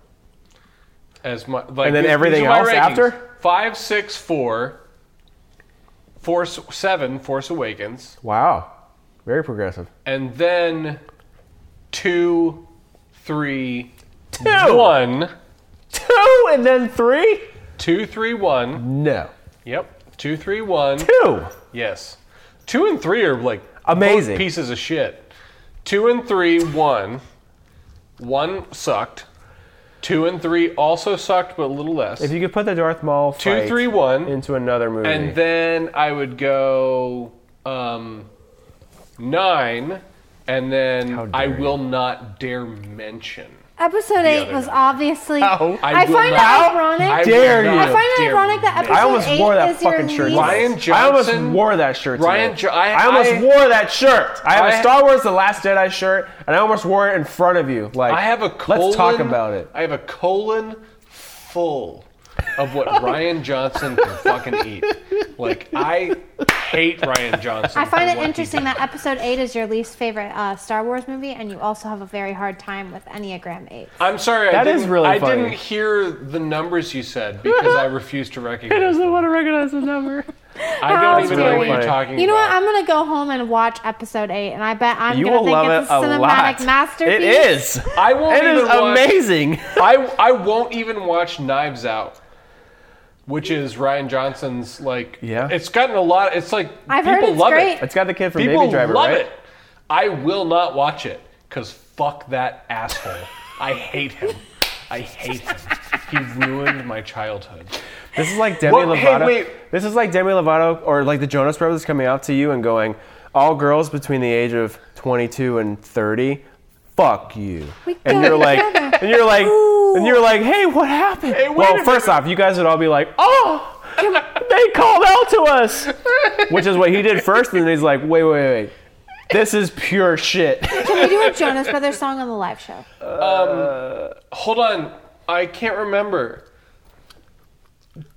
As my like
And
these-
then
these
everything
are my
else
rankings.
after?
five, six, four, Force seven, Force Awakens,
wow, very progressive. *laughs*
and then two, three,
Two,
one,
two, and then three.
two, three, one.
No,
Yep, two, three, one.
two.
Yes. Two and three are like
Amazing.
both pieces of shit. Two and three, one. One sucked. Two and three also sucked, but a little less.
If you could put the Darth Maul
Two,
fight
three, one.
into another movie,
and then I would go um, nine, and
How
then
dare
I
you.
will not dare mention.
Episode eight
other
was
guy.
obviously.
How?
I,
will
find it
not-
ironic.
I will
dare
not
you.
I find it
dare
ironic that
mention.
episode
I almost
eight
wore that
is your
fucking shirt.
least-
Ryan
I almost
Johnson-
wore that shirt. today.
Ryan Jo- I-
I almost
I-
wore that shirt. I have a
I-
Star Wars: The Last Jedi shirt, and I almost wore it in front of you. Like,
I have a colon.
Let's talk about it.
I have a colon full of what Ryan Johnson can fucking eat. Like I hate Ryan Johnson.
I find
for
it
what he
interesting
does.
that episode eight is your least favorite uh, Star Wars movie, and you also have a very hard time with Enneagram eight.
I'm sorry. I
That is
didn't,
really
I
funny.
didn't hear the numbers you said because I refuse to recognize. them.
want to recognize the number.
I don't
That's
even know
really
what you're
funny.
talking
You know what?
about.
I'm gonna go home and watch episode eight, and I bet I'm
You
gonna
will
think
love it
it's a
a
cinematic
lot.
masterpiece.
It is.
I won't
It is
even watch-
amazing.
I I won't even watch Knives Out. Which is Ryan Johnson's like?
Yeah.
it's gotten a lot. It's like
I've heard
people
it's
love
great.
it.
It's got the kid from
People
Baby Driver,
love
right?
it. I will not watch it because fuck that asshole. I hate him. I hate him. He ruined my childhood.
This is like Demi
What- hey,
Lovato.
wait.
This is like Demi Lovato or like the Jonas Brothers coming out to you and going, "All girls between the age of 22 and 30, fuck you."
We
and
go
you're like,
together.
and you're like, and you're like, "Hey, what happened?"
wait a
well,
minute.
first off, you guys would all be like, "Oh, they called out to
*laughs*
us," which is what he did first, and then he's like, "Wait, wait, wait." This is pure shit.
Can we do a Jonas Brothers song on the live show?
Hold on, I can't remember.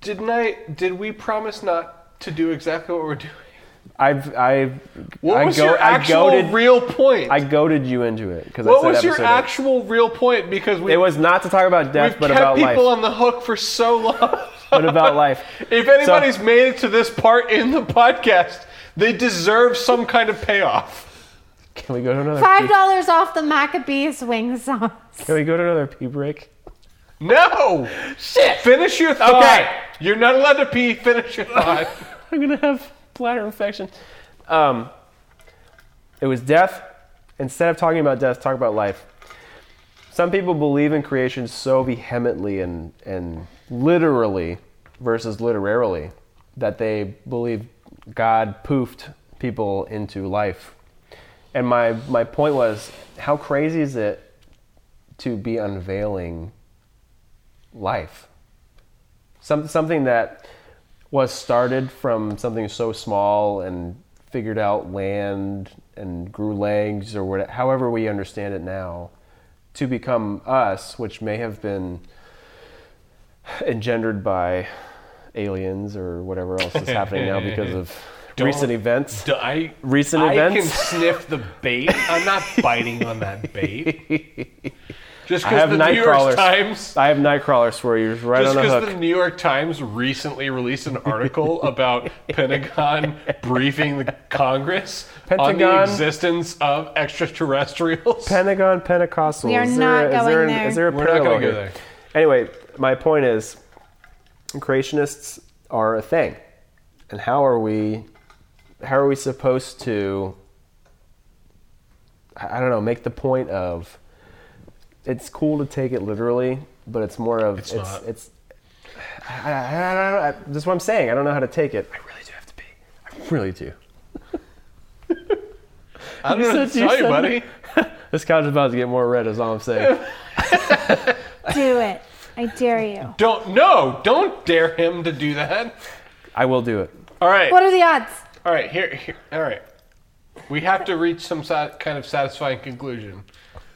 Didn't I? Did we promise not to do exactly what we're doing?
I've, I've,
What
I
was
go,
your actual
I goaded,
real point?
I goaded you into it because
what was your
action?
actual real point? Because we
It was not to talk about
we've
death, but
kept
about life.
people on the hook for so long.
but about life.
*laughs* If anybody's made it to this part in the podcast, they deserve some kind of payoff.
can we go to another?
Five
Pee,
dollars off the Maccabees wing song. *laughs*
can we go to another pee break?
No! Shit! Finish your thought.
Okay.
You're not allowed to pee. Finish your thought.
I'm gonna have bladder infection. Um, it was death. Instead of talking about death, talk about life. Some people believe in creation so vehemently and and literally versus literarily that they believe God poofed people into life. And my my point was, how crazy is it to be unveiling life? Some, something that was started from something so small and figured out land and grew legs or whatever, however we understand it now, to become us, which may have been engendered by aliens or whatever else is
*laughs*
happening now because of
Don't-
*laughs* recent events.
D- I,
Recent
I can
events?
sniff the bait. I'm
*laughs*
not biting on that bait. Just
I have
because the New York
Nightcrawlers.
Times.
I have Nightcrawler swears right
Just
on the
because
hook.
the New York Times recently released an
*laughs*
article about Pentagon briefing the Congress on the
Pentagon-
existence of extraterrestrials.
Pentagon Pentecostal.
We are
is
not
there, is
going
there an-
there.
is there a
We're not gonna
parallel
go
here? Anyway, my point is, creationists are a thing, and how are we? How are we supposed to? I I don't know. Make the point of. It's cool to take it literally, but it's more of it's it's.
not.
I, I, I, I, don't- I, that's what I'm saying. I don't know how to take it. I really do have to be. I really do.
I don't know what to
You
tell you,
said-
buddy.
This couch is about to get more red. Is all I'm saying. *laughs*
Do it. I dare you.
Don't no, don't dare him to do that.
I will do it.
All right,
What are the odds?
all right, here, here, all right. We have to reach some sat- kind of satisfying conclusion.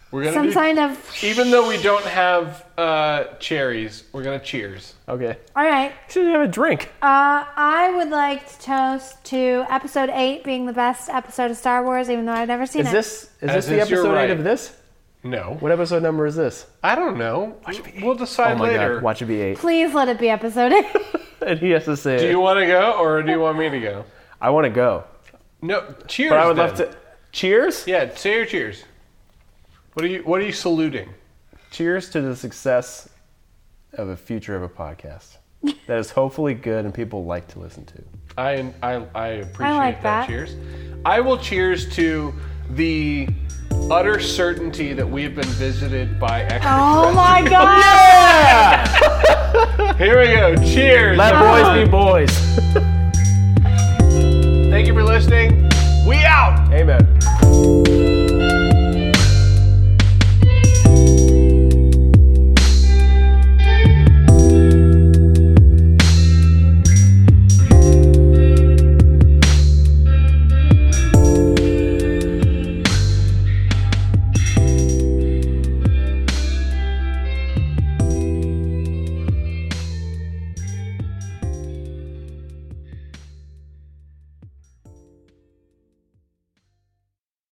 We're gonna
Some
do-
kind of.
even though we don't have uh, cherries, we're gonna cheers.
Okay.
All right.
Should have a drink.
Uh, I would like to toast to episode eight being the best episode of Star Wars, even though I've never seen
Is
it.
this is
As
this the
is your
episode
right.
eight of this?
No,
What episode number is this?
I don't know. We'll decide
Oh my
later.
god! Watch it be eight.
Please let it be episode eight.
*laughs*
*laughs*
And he has to say,
Do
it.
you want to go or do you want me to go?
"I want to go,"
No, cheers.
but I would love
then.
to. Cheers!
Yeah, say your cheers. What are you? What are you saluting?
Cheers to the success of a future of
*laughs*
a podcast that is hopefully good and people like to listen to.
I I, I appreciate
I like
that.
that.
Cheers. I will cheers to the utter certainty that we have been visited by extraterrestrials.
oh my god!
Here we go. Cheers.
Oh.
Let boys be boys.
Thank you for listening. We out.
Amen.